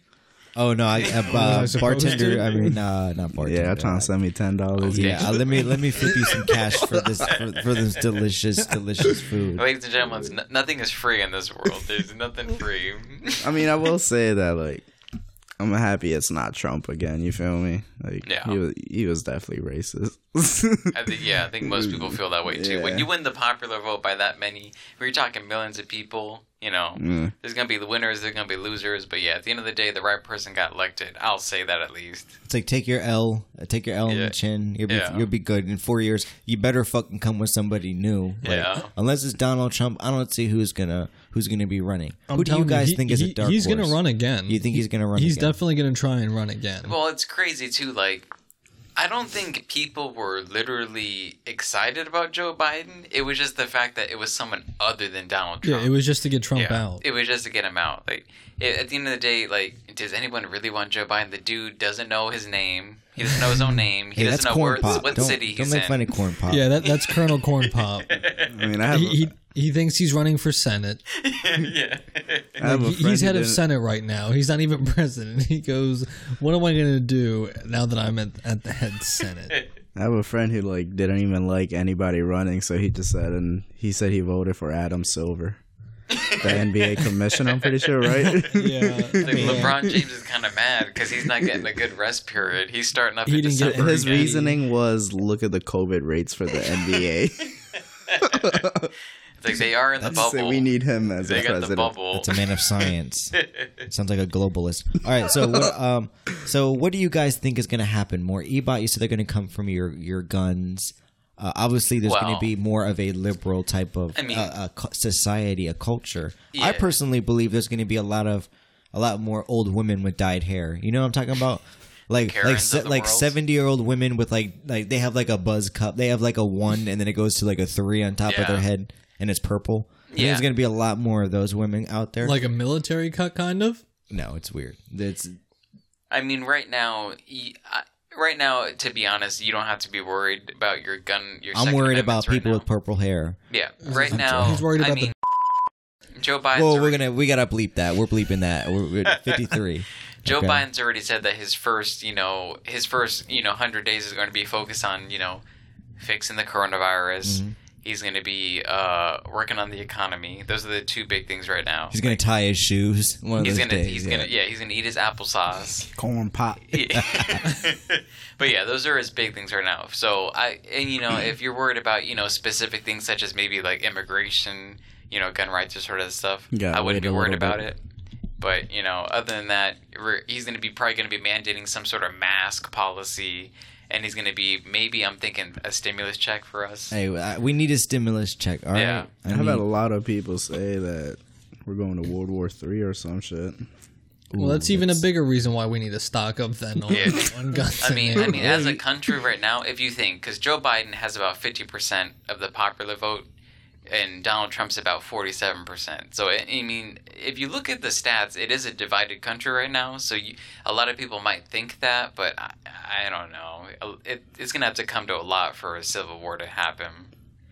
Speaker 1: Oh no, I, uh, uh,
Speaker 3: supposed
Speaker 1: bartender.
Speaker 3: to?
Speaker 1: I mean, uh, not bartender.
Speaker 5: Yeah, they're trying to send me ten dollars.
Speaker 1: Yeah, uh, let me let me flip you some cash for this for, for this delicious delicious food.
Speaker 4: Ladies and gentlemen, n- nothing is free in this world. There's nothing free.
Speaker 5: I mean, I will say that like I'm happy it's not Trump again. You feel me? Like
Speaker 4: Yeah.
Speaker 5: he was he was definitely racist.
Speaker 4: I think, yeah, I think most people feel that way too. When
Speaker 5: Mm-hmm. Yeah.
Speaker 4: you win the popular vote by that many, we're talking millions of people. You know,
Speaker 5: Mm.
Speaker 4: there's gonna be the winners, there's gonna be losers, but yeah, at the end of the day, the right person got elected. I'll say that at least.
Speaker 1: It's like take your L, uh, take your L on
Speaker 4: Yeah.
Speaker 1: the chin. You'll be
Speaker 4: Yeah.
Speaker 1: you'll be good in four years. You better fucking come with somebody new. Like,
Speaker 4: Yeah.
Speaker 1: Unless it's Donald Trump, I don't see who's gonna who's gonna be running.
Speaker 3: I'm
Speaker 1: Who do you
Speaker 3: telling
Speaker 1: guys
Speaker 3: Um, he-
Speaker 1: think is
Speaker 3: he-
Speaker 1: a dark
Speaker 3: He's gonna
Speaker 1: horse?
Speaker 3: run again.
Speaker 1: You think he's gonna run?
Speaker 3: He's
Speaker 1: again?
Speaker 3: definitely gonna try and run again.
Speaker 4: Well, it's crazy too. Like, I don't think people were literally excited about Joe Biden. It was just the fact that it was someone other than Donald Trump.
Speaker 3: yeah, it was just to get Trump
Speaker 4: Yeah,
Speaker 3: out.
Speaker 4: It was just to get him out. Like it, at the end of the day, like does anyone really want Joe Biden? The dude doesn't know his name. He doesn't know his own name. He
Speaker 1: Hey,
Speaker 4: doesn't
Speaker 1: that's
Speaker 4: know
Speaker 1: corn
Speaker 4: where,
Speaker 1: pop.
Speaker 4: what
Speaker 1: don't
Speaker 4: city
Speaker 1: don't
Speaker 4: he's
Speaker 1: make
Speaker 4: in.
Speaker 1: fun of corn pop.
Speaker 3: yeah, that, that's Colonel Corn Pop.
Speaker 5: I mean, I have,
Speaker 3: he, he he thinks he's running for Senate.
Speaker 4: yeah.
Speaker 5: I have a
Speaker 3: He-
Speaker 5: friend
Speaker 3: he's
Speaker 5: who
Speaker 3: head of
Speaker 5: didn't-
Speaker 3: Senate right now. He's not even president. He goes, "What am I gonna do now that I'm at, at the head Senate?"
Speaker 5: I have a friend who like didn't even like anybody running, so he just said and he said he voted for Adam Silver, the NBA commissioner. I'm pretty sure, right?
Speaker 3: yeah,
Speaker 4: Like, LeBron James is kind of mad because he's not getting a good rest period. He's starting up
Speaker 3: He
Speaker 4: in
Speaker 3: didn't get-
Speaker 4: December.
Speaker 5: And his
Speaker 4: again.
Speaker 5: reasoning was look at the COVID rates for the NBA.
Speaker 4: It's like they are in the
Speaker 5: He said
Speaker 4: bubble.
Speaker 5: we need him as
Speaker 4: they
Speaker 5: a
Speaker 4: got the
Speaker 5: president.
Speaker 4: bubble.
Speaker 1: That's a man of science. Sounds like a globalist. All right, so what, um, so what do you guys think is going to happen? More ebot? You said they're going to come from your your guns. Uh, obviously, there's going
Speaker 4: Well-
Speaker 1: to be more of a liberal type of
Speaker 4: I mean-
Speaker 1: uh, uh, cu- society, a culture. I
Speaker 4: Yeah.
Speaker 1: personally believe there's going to be a lot of a lot more old women with dyed hair. You know what I'm talking about? Like
Speaker 4: Karens
Speaker 1: like
Speaker 4: of
Speaker 1: se-
Speaker 4: the
Speaker 1: like
Speaker 4: world.
Speaker 1: seventy year old women with like like they have like a buzz cup. They have like a one, and then it goes to like a three on top of
Speaker 4: Yeah.
Speaker 1: their head, and it's purple. I think
Speaker 4: Yeah.
Speaker 1: There's going to be a lot more of those women out there.
Speaker 3: like a military cut, kind of.
Speaker 1: No, it's weird. It's
Speaker 4: I mean, right now, y- I- right now, to be honest, you don't have to be worried about your gun. Your
Speaker 1: I'm
Speaker 4: Second
Speaker 1: worried
Speaker 4: Amendments
Speaker 1: about
Speaker 4: right
Speaker 1: people
Speaker 4: now.
Speaker 1: with purple hair.
Speaker 4: Yeah, right now.
Speaker 3: He's worried
Speaker 4: I
Speaker 3: about the-
Speaker 4: mean, Joe Biden's
Speaker 1: Well, we're
Speaker 4: already-
Speaker 1: gonna we gotta bleep that. We're bleeping that. We're, we're at 53.
Speaker 4: Joe
Speaker 1: Okay.
Speaker 4: Biden's already said that his first, you know, his first, you know, 100 days is going to be focused on, you know, fixing the coronavirus.
Speaker 1: Mm-hmm.
Speaker 4: He's going to be uh, working on the economy. Those are the two big things right now.
Speaker 1: He's gonna tie his shoes. One of
Speaker 4: He's
Speaker 1: those
Speaker 4: gonna,
Speaker 1: days.
Speaker 4: he's
Speaker 1: yeah.
Speaker 4: gonna, yeah, he's gonna eat his applesauce.
Speaker 5: Corn pop.
Speaker 4: but yeah, those are his big things right now. So I and you know, if you're worried about, you know, specific things such as maybe like immigration, you know, gun rights or sort of stuff,
Speaker 5: Yeah,
Speaker 4: I wouldn't
Speaker 5: wait
Speaker 4: be
Speaker 5: a
Speaker 4: worried
Speaker 5: little
Speaker 4: about
Speaker 5: bit.
Speaker 4: it. But, you know, other than that, we're- he's going to be probably going to be mandating some sort of mask policy and he's going to be maybe I'm thinking a stimulus check for us.
Speaker 1: Hey, I- we need a stimulus check. All right.
Speaker 4: Yeah.
Speaker 1: I
Speaker 5: I've had a
Speaker 1: need-
Speaker 5: lot of people say that we're going to World War Three or some shit.
Speaker 3: Well, that's even a bigger reason why we need to stock up then on,
Speaker 4: Yeah.
Speaker 3: on guns.
Speaker 4: I
Speaker 3: and
Speaker 4: mean, I mean,
Speaker 3: ammo.
Speaker 4: as a country right now, if you think, because Joe Biden has about fifty percent of the popular vote, and Donald Trump's about forty-seven percent. So, I I mean, if you look at the stats, it is a divided country right now. So, you, a lot of people might think that, but I, I don't know. It, it's gonna have to come to a lot for a civil war to happen.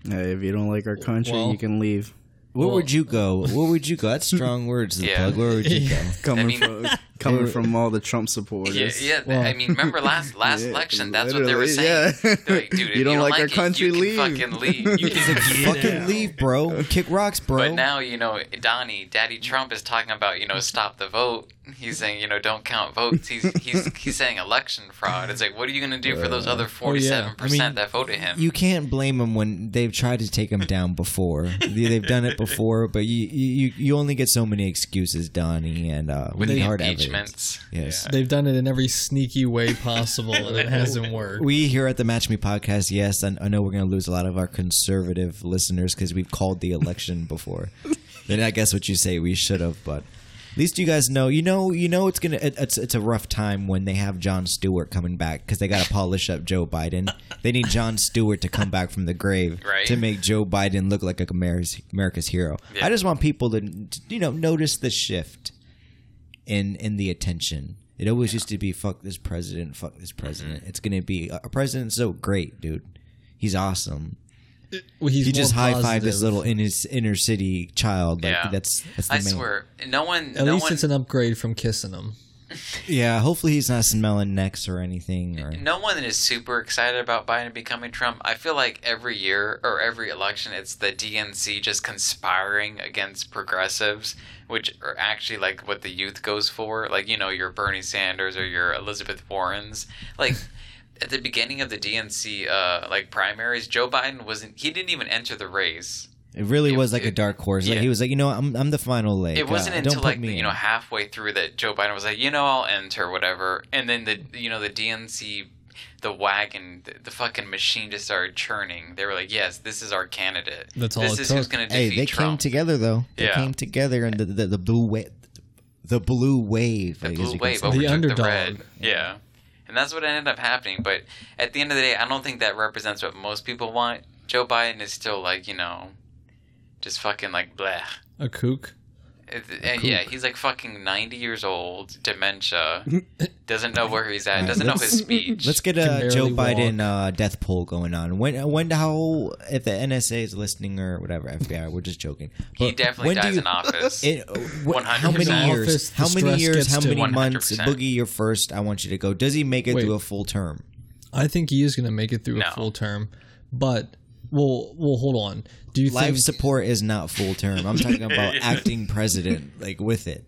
Speaker 5: Hey, if you don't like our country,
Speaker 3: Well-
Speaker 5: you can leave.
Speaker 1: Where would you go? Where would you go? That's strong words. The
Speaker 4: Yeah.
Speaker 1: plug. Where would you go?
Speaker 5: Coming
Speaker 4: mean-
Speaker 5: from coming from all the Trump
Speaker 4: Yeah,
Speaker 5: supporters.
Speaker 4: yeah. I mean, remember last last
Speaker 5: Yeah,
Speaker 4: election? That's what they were
Speaker 5: literally,
Speaker 4: saying.
Speaker 5: yeah.
Speaker 4: They're like, dude, if you don't like, our country, leave. Fucking leave. You can
Speaker 1: Fucking leave, bro. Kick rocks, bro.
Speaker 4: But now, you know, Donnie, Daddy Trump is talking about, you know, stop the vote. He's saying, you know, don't count votes. He's he's he's saying election fraud. It's like, what are you going to do for those other forty-seven percent
Speaker 3: I mean,
Speaker 4: that voted him?
Speaker 1: You can't blame them when they've tried to take him down before. They- They've done it before, but you you, you only get so many excuses, Donnie, and uh, we
Speaker 4: With
Speaker 1: need
Speaker 4: the
Speaker 1: hard evidence.
Speaker 4: impeachments,
Speaker 1: Yes.
Speaker 3: They've done it in every sneaky way possible, and it hasn't worked.
Speaker 1: We here at the Match Me podcast, yes, I, I know we're going to lose a lot of our conservative listeners because we've called the election before. then I guess what you say we should have, but at least you guys know. You know, you know it's gonna. It, it's it's a rough time when they have John Stewart coming back because they got to polish up Joe Biden. They need John Stewart to come back from the grave
Speaker 4: Right.
Speaker 1: to make Joe Biden look like a America's, America's hero.
Speaker 4: Yeah.
Speaker 1: I just want people to you know notice the shift in in the attention. It always used to be fuck this president, fuck this president.
Speaker 4: Mm-hmm.
Speaker 1: It's gonna be a president's so great, dude. He's awesome.
Speaker 3: Well, he's
Speaker 1: He just
Speaker 3: more
Speaker 1: high fived this
Speaker 3: positive.
Speaker 1: little in his inner city child. Like
Speaker 4: Yeah.
Speaker 1: that's that's the
Speaker 4: I
Speaker 1: main.
Speaker 4: swear, no one,
Speaker 3: At
Speaker 4: no
Speaker 3: least
Speaker 4: one,
Speaker 3: it's an upgrade from kissing him.
Speaker 1: Yeah, hopefully he's not smelling necks or anything. Or
Speaker 4: no one is super excited about Biden becoming Trump. I feel like every year or every election, it's the DNC just conspiring against progressives, which are actually like what the youth goes for. Like, you know, your Bernie Sanders or your Elizabeth Warrens. Like, at the beginning of the DNC, uh, like primaries, Joe Biden wasn't, he didn't even enter the race.
Speaker 1: it really
Speaker 4: It-
Speaker 1: was like a
Speaker 4: it-
Speaker 1: dark horse. Like
Speaker 4: yeah.
Speaker 1: he was like, you know, what, I'm I'm the final leg.
Speaker 4: It wasn't
Speaker 1: Uh, don't
Speaker 4: until
Speaker 1: put
Speaker 4: like
Speaker 1: me
Speaker 4: the, you
Speaker 1: in.
Speaker 4: know halfway through that Joe Biden was like, you know, I'll enter whatever, and then the you know the DNC, the wagon, the, the fucking machine just started churning. They were like, yes, this is our candidate.
Speaker 3: That's all
Speaker 4: This
Speaker 3: it
Speaker 4: is who's
Speaker 3: took.
Speaker 4: going to
Speaker 1: Hey,
Speaker 4: defeat
Speaker 1: they came
Speaker 4: Trump.
Speaker 1: together though. They
Speaker 4: Yeah.
Speaker 1: came together, and the the, the blue wave, the blue wave,
Speaker 4: the
Speaker 1: I guess
Speaker 4: blue
Speaker 1: you could
Speaker 4: wave oh,
Speaker 1: say.
Speaker 4: overtook the,
Speaker 3: underdog.
Speaker 4: red. Yeah. And that's what ended up happening. But at the end of the day, I don't think that represents what most people want. Joe Biden is still like, you know, just fucking like bleh.
Speaker 3: A kook.
Speaker 4: It- and yeah, he's like fucking 90 years old, dementia, doesn't know where he's at,
Speaker 1: Alright,
Speaker 4: doesn't know
Speaker 1: let's-
Speaker 4: his speech.
Speaker 1: Let's get
Speaker 3: Can
Speaker 1: a
Speaker 3: barely
Speaker 1: Joe
Speaker 3: walk.
Speaker 1: Biden uh, death poll going on. When, when, how, if the NSA is listening or whatever, FBI, we're just joking.
Speaker 4: he
Speaker 1: But
Speaker 4: definitely
Speaker 1: when do
Speaker 4: dies
Speaker 1: you-
Speaker 4: in office.
Speaker 1: It, what, how many
Speaker 4: 100%.
Speaker 1: years?
Speaker 3: Office, the
Speaker 1: how many
Speaker 3: stress
Speaker 1: years?
Speaker 3: gets
Speaker 1: How
Speaker 3: to
Speaker 1: many
Speaker 3: him.
Speaker 1: months?
Speaker 4: 100%.
Speaker 1: Boogie, you're first. I want you to go. Does he make it
Speaker 3: Wait.
Speaker 1: through a full term?
Speaker 3: I think he is going to make it through
Speaker 4: No.
Speaker 3: a full term, but well, well, hold on. Do you
Speaker 1: Life
Speaker 3: think
Speaker 1: support is not full term. I'm talking about acting president, like with it.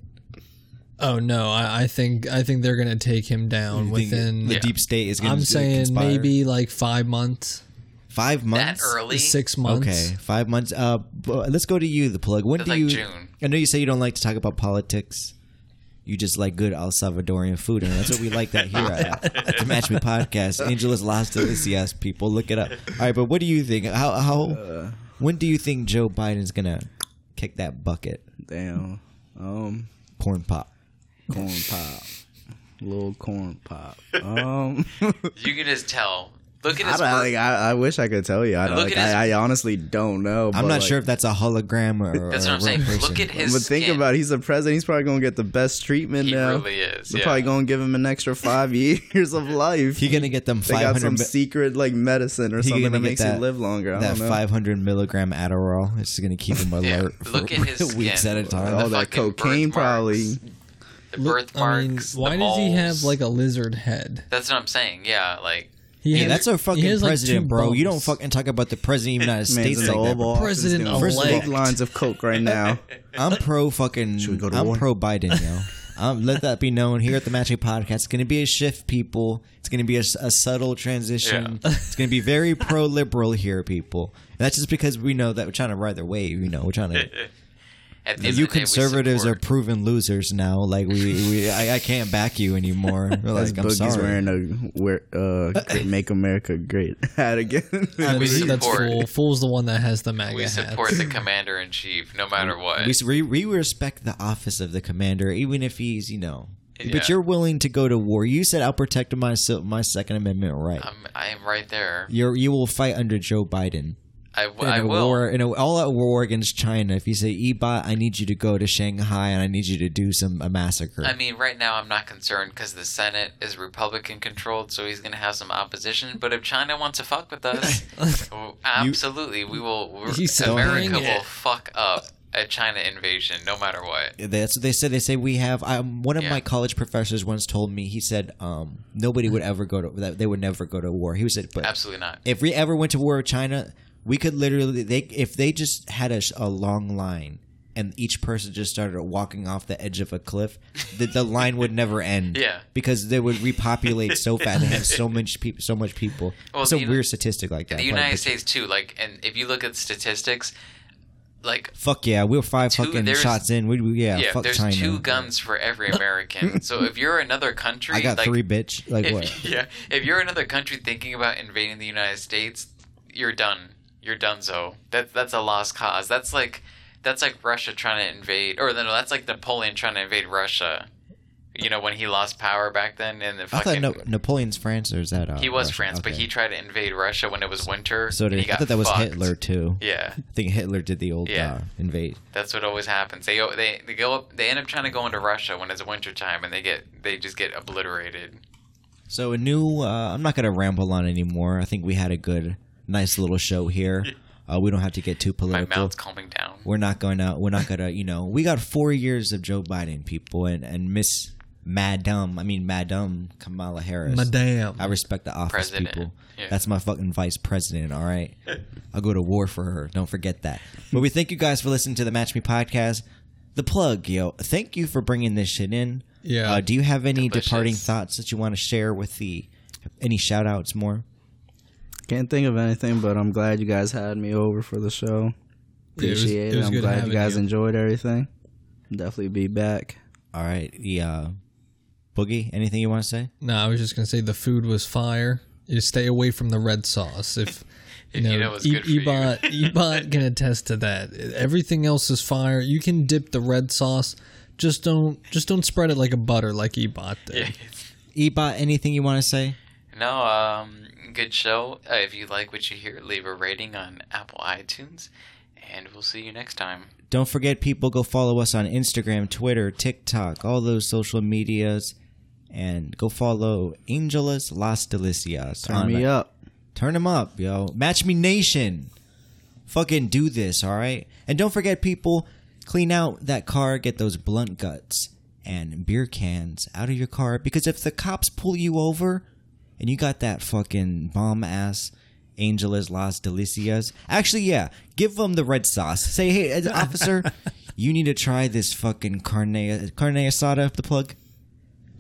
Speaker 3: Oh no, I, I think I think they're gonna take him down
Speaker 1: You think
Speaker 3: within.
Speaker 1: the deep state is going
Speaker 3: I'm
Speaker 1: to
Speaker 3: saying
Speaker 1: conspire?
Speaker 3: maybe like five months,
Speaker 1: five
Speaker 4: that
Speaker 1: months.
Speaker 4: early?
Speaker 3: six months.
Speaker 1: Okay, five months. Uh, bu- let's go to you, the plug. When
Speaker 4: That's
Speaker 1: do
Speaker 4: like
Speaker 1: you?
Speaker 4: June.
Speaker 1: I know you say you don't like to talk about politics. You just like good El Salvadorian food, and that's what we like that here at, at the Match Me Podcast. Angelos Las Delicias, people, look it up. All right, but what do you think? How how? when do you think Joe Biden's gonna kick that bucket
Speaker 5: Damn. Um,
Speaker 1: corn pop?
Speaker 5: corn pop. Little corn pop. Um,
Speaker 4: You can just tell. Look at
Speaker 5: I,
Speaker 4: his.
Speaker 5: don't, like,
Speaker 4: birth-
Speaker 5: I, I wish I could tell you. I, don't,
Speaker 4: Look
Speaker 5: like,
Speaker 4: at his-
Speaker 5: I, I honestly don't know.
Speaker 1: I'm
Speaker 5: but,
Speaker 1: not
Speaker 5: like,
Speaker 1: sure if that's a hologram or.
Speaker 4: That's
Speaker 1: or
Speaker 4: what
Speaker 1: a
Speaker 4: I'm
Speaker 1: real
Speaker 4: saying.
Speaker 1: Person.
Speaker 4: Look at his.
Speaker 5: But think
Speaker 4: skin.
Speaker 5: about it. He's the president. He's probably going to get the best treatment
Speaker 4: He
Speaker 5: now.
Speaker 4: really is.
Speaker 5: They're
Speaker 4: Yeah.
Speaker 5: probably going to give him an extra five years of life.
Speaker 1: He gonna get them
Speaker 5: they got
Speaker 1: 500
Speaker 5: some
Speaker 1: mi-
Speaker 5: secret like medicine or
Speaker 1: He
Speaker 5: something
Speaker 1: gonna
Speaker 5: that
Speaker 1: get
Speaker 5: makes
Speaker 1: that-
Speaker 5: you live longer. I
Speaker 1: that
Speaker 5: don't know.
Speaker 1: 500 milligram Adderall. It's going to keep him
Speaker 4: Yeah,
Speaker 1: alert
Speaker 4: look
Speaker 1: for
Speaker 4: at his
Speaker 1: weeks
Speaker 4: skin.
Speaker 1: at a time.
Speaker 5: All that
Speaker 4: fucking
Speaker 5: cocaine
Speaker 4: birthmarks.
Speaker 5: probably.
Speaker 4: the
Speaker 3: Look, I mean,
Speaker 4: birthmarks.
Speaker 3: why
Speaker 4: the
Speaker 3: does he have
Speaker 4: moles.
Speaker 3: like a lizard head?
Speaker 4: That's what I'm saying. Yeah, like
Speaker 3: He
Speaker 1: Yeah,
Speaker 3: has-
Speaker 1: that's
Speaker 3: he
Speaker 1: our fucking
Speaker 3: has, like,
Speaker 1: president,
Speaker 3: two
Speaker 1: bro. You don't
Speaker 3: bumps.
Speaker 1: fucking talk about the president of the United
Speaker 5: Man's
Speaker 1: States
Speaker 5: in the
Speaker 1: like
Speaker 5: Oval
Speaker 1: that.
Speaker 5: Office
Speaker 3: President
Speaker 5: doing big
Speaker 1: elect.
Speaker 5: lines of coke right now.
Speaker 1: I'm pro fucking.
Speaker 5: we go to
Speaker 1: I'm
Speaker 5: war?
Speaker 1: pro Biden, yo. Um, let that be known here at the Matching Podcast. It's going to be a shift, people. It's going to be a, s- a subtle transition. It's going to be very pro liberal here, people. And that's just because we know that we're trying to ride their wave. You know, we're trying to.
Speaker 4: at the end
Speaker 1: You
Speaker 4: of the day, we
Speaker 1: conservatives are
Speaker 4: support-
Speaker 1: proven losers now. Like we, we I, I can't back you anymore. We're
Speaker 5: That's
Speaker 1: like, I'm
Speaker 5: Boogie's
Speaker 1: sorry.
Speaker 5: wearing a wear, uh, great- "Make America Great" hat again.
Speaker 4: we
Speaker 3: That's- that's
Speaker 4: support-
Speaker 3: fool. Fool's the one that has the MAGA
Speaker 4: We
Speaker 3: hats.
Speaker 4: support the commander in chief, no matter what.
Speaker 1: We, we, we respect the office of the commander, even if he's, you know.
Speaker 4: Yeah.
Speaker 1: But you're willing to go to war. You said I'll protect my se- my Second Amendment right.
Speaker 4: I'm, I am right there.
Speaker 1: You're you will fight under Joe Biden
Speaker 4: I, w-
Speaker 1: in
Speaker 4: I
Speaker 1: a
Speaker 4: will.
Speaker 1: war in a all out war against China. If you say Ebot, I need you to go to Shanghai and I need you to do some a massacre.
Speaker 4: I mean, right now I'm not concerned because the Senate is Republican controlled, so he's going to have some opposition. But if China wants to fuck with us, w- absolutely, we will. we're-
Speaker 3: He's so
Speaker 4: America
Speaker 3: dang it.
Speaker 4: will fuck up a China invasion, no matter what.
Speaker 1: That's what they said. They say we have. Um, one of
Speaker 4: Yeah.
Speaker 1: my college professors once told me. He said um, nobody would ever go to that. They would never go to war. He said, but
Speaker 4: Absolutely not.
Speaker 1: if we ever went to war with China, we could literally they if they just had a, sh- a long line and each person just started walking off the edge of a cliff, the, the line would never end.
Speaker 4: Yeah.
Speaker 1: because they would repopulate so fast and have so much people. So much people.
Speaker 4: Well,
Speaker 1: it's a
Speaker 4: the-
Speaker 1: weird statistic like that.
Speaker 4: the
Speaker 1: but-
Speaker 4: United
Speaker 1: but
Speaker 4: States too. Like, and if you look at statistics, like
Speaker 1: Fuck yeah, we were five
Speaker 4: Two-
Speaker 1: fucking
Speaker 4: there's-
Speaker 1: shots in. We, we- yeah,
Speaker 4: yeah,
Speaker 1: fuck
Speaker 4: there's
Speaker 1: China.
Speaker 4: two guns for every American. so if you're another country,
Speaker 1: I got
Speaker 4: like,
Speaker 1: three, bitch. Like
Speaker 4: if,
Speaker 1: what?
Speaker 4: Yeah, if you're another country thinking about invading the United States, you're done. You're done. So that that's a lost cause. That's like that's like Russia trying to invade, or no, that's like Napoleon trying to invade Russia. You know when he lost power back then, and the
Speaker 1: I
Speaker 4: fucking
Speaker 1: thought no, Napoleon's France, or is that uh,
Speaker 4: he was
Speaker 1: Russia?
Speaker 4: France, but
Speaker 1: Okay.
Speaker 4: he tried to invade Russia when it was winter.
Speaker 1: So
Speaker 4: and
Speaker 1: did,
Speaker 4: he
Speaker 1: I
Speaker 4: got
Speaker 1: thought that was
Speaker 4: fucked.
Speaker 1: Hitler too.
Speaker 4: Yeah,
Speaker 1: I think Hitler did the old
Speaker 4: Yeah.
Speaker 1: uh, invade.
Speaker 4: that's what always happens. They they they go up, they end up trying to go into Russia when it's winter time, and they get they just get obliterated.
Speaker 1: So a new. Uh, I'm not gonna ramble on anymore. I think we had a good, nice little show here. Uh, we don't have to get too
Speaker 4: My
Speaker 1: political.
Speaker 4: mouth's calming down.
Speaker 1: We're not gonna. We're not gonna. You know, we got four years of Joe Biden, people, and and Miss Madam. I mean, Madam Kamala Harris.
Speaker 3: Madame.
Speaker 1: I respect the office
Speaker 4: President,
Speaker 1: people.
Speaker 4: yeah.
Speaker 1: That's my fucking vice president. All right, I'll go to war for her. Don't forget that. But we thank you guys for listening to the Match Me podcast. The plug, yo. Thank you for bringing this shit in.
Speaker 3: Yeah.
Speaker 1: Uh, do you have any
Speaker 4: Delicious.
Speaker 1: departing thoughts that you want to share with the? Any shout outs more?
Speaker 5: Can't think of anything, but I'm glad you guys had me over for the show.
Speaker 3: Yeah, it was-
Speaker 5: Appreciate it.
Speaker 3: it was
Speaker 5: I'm
Speaker 3: good
Speaker 5: glad
Speaker 3: having
Speaker 5: you guys
Speaker 3: you.
Speaker 5: enjoyed everything. Definitely be back.
Speaker 1: All right. The uh, boogie. Anything you want to say?
Speaker 3: No, I was just gonna say the food was fire. You stay away from the red sauce if you know,
Speaker 4: you know it's
Speaker 3: E-
Speaker 4: good for you.
Speaker 3: Ebot Ebot can attest to that. Everything else is fire. You can dip the red sauce. Just don't just don't spread it like a butter like Ebot did.
Speaker 1: Ebot. Anything you want to say?
Speaker 4: No, um, good show. Uh, if you like what you hear, leave a rating on Apple iTunes, and we'll see you next time.
Speaker 1: Don't forget, people, go follow us on Instagram, Twitter, TikTok, all those social medias. And go follow Angelas Las Delicias.
Speaker 5: Turn me up.
Speaker 1: Turn them up, yo. Match Me Nation. Fucking do this, all right? And don't forget, people, clean out that car, get those blunt guts and beer cans out of your car. Because if the cops pull you over and you got that fucking bomb ass Angelas Las Delicias, actually, yeah, give them the red sauce. Say, hey, as- officer, you need to try this fucking carne, carne asada, the plug.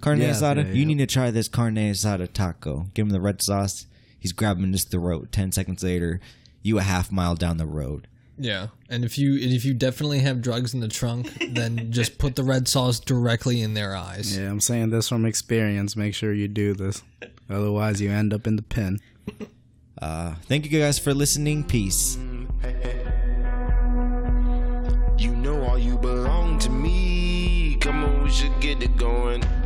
Speaker 1: Carne
Speaker 5: Yeah,
Speaker 1: asada.
Speaker 5: yeah,
Speaker 1: You
Speaker 5: yeah.
Speaker 1: need to try this carne asada taco. Give him the red sauce. He's grabbing his throat. Ten seconds later, you a half mile down the road.
Speaker 3: Yeah. And if you and if you definitely have drugs in the trunk, then just put the red sauce directly in their eyes.
Speaker 5: Yeah, I'm saying this from experience. Make sure you do this. Otherwise, you end up in the pen.
Speaker 1: Uh, Thank you guys for listening. Peace.
Speaker 6: You know all you belong to me. Come on, we should get it going.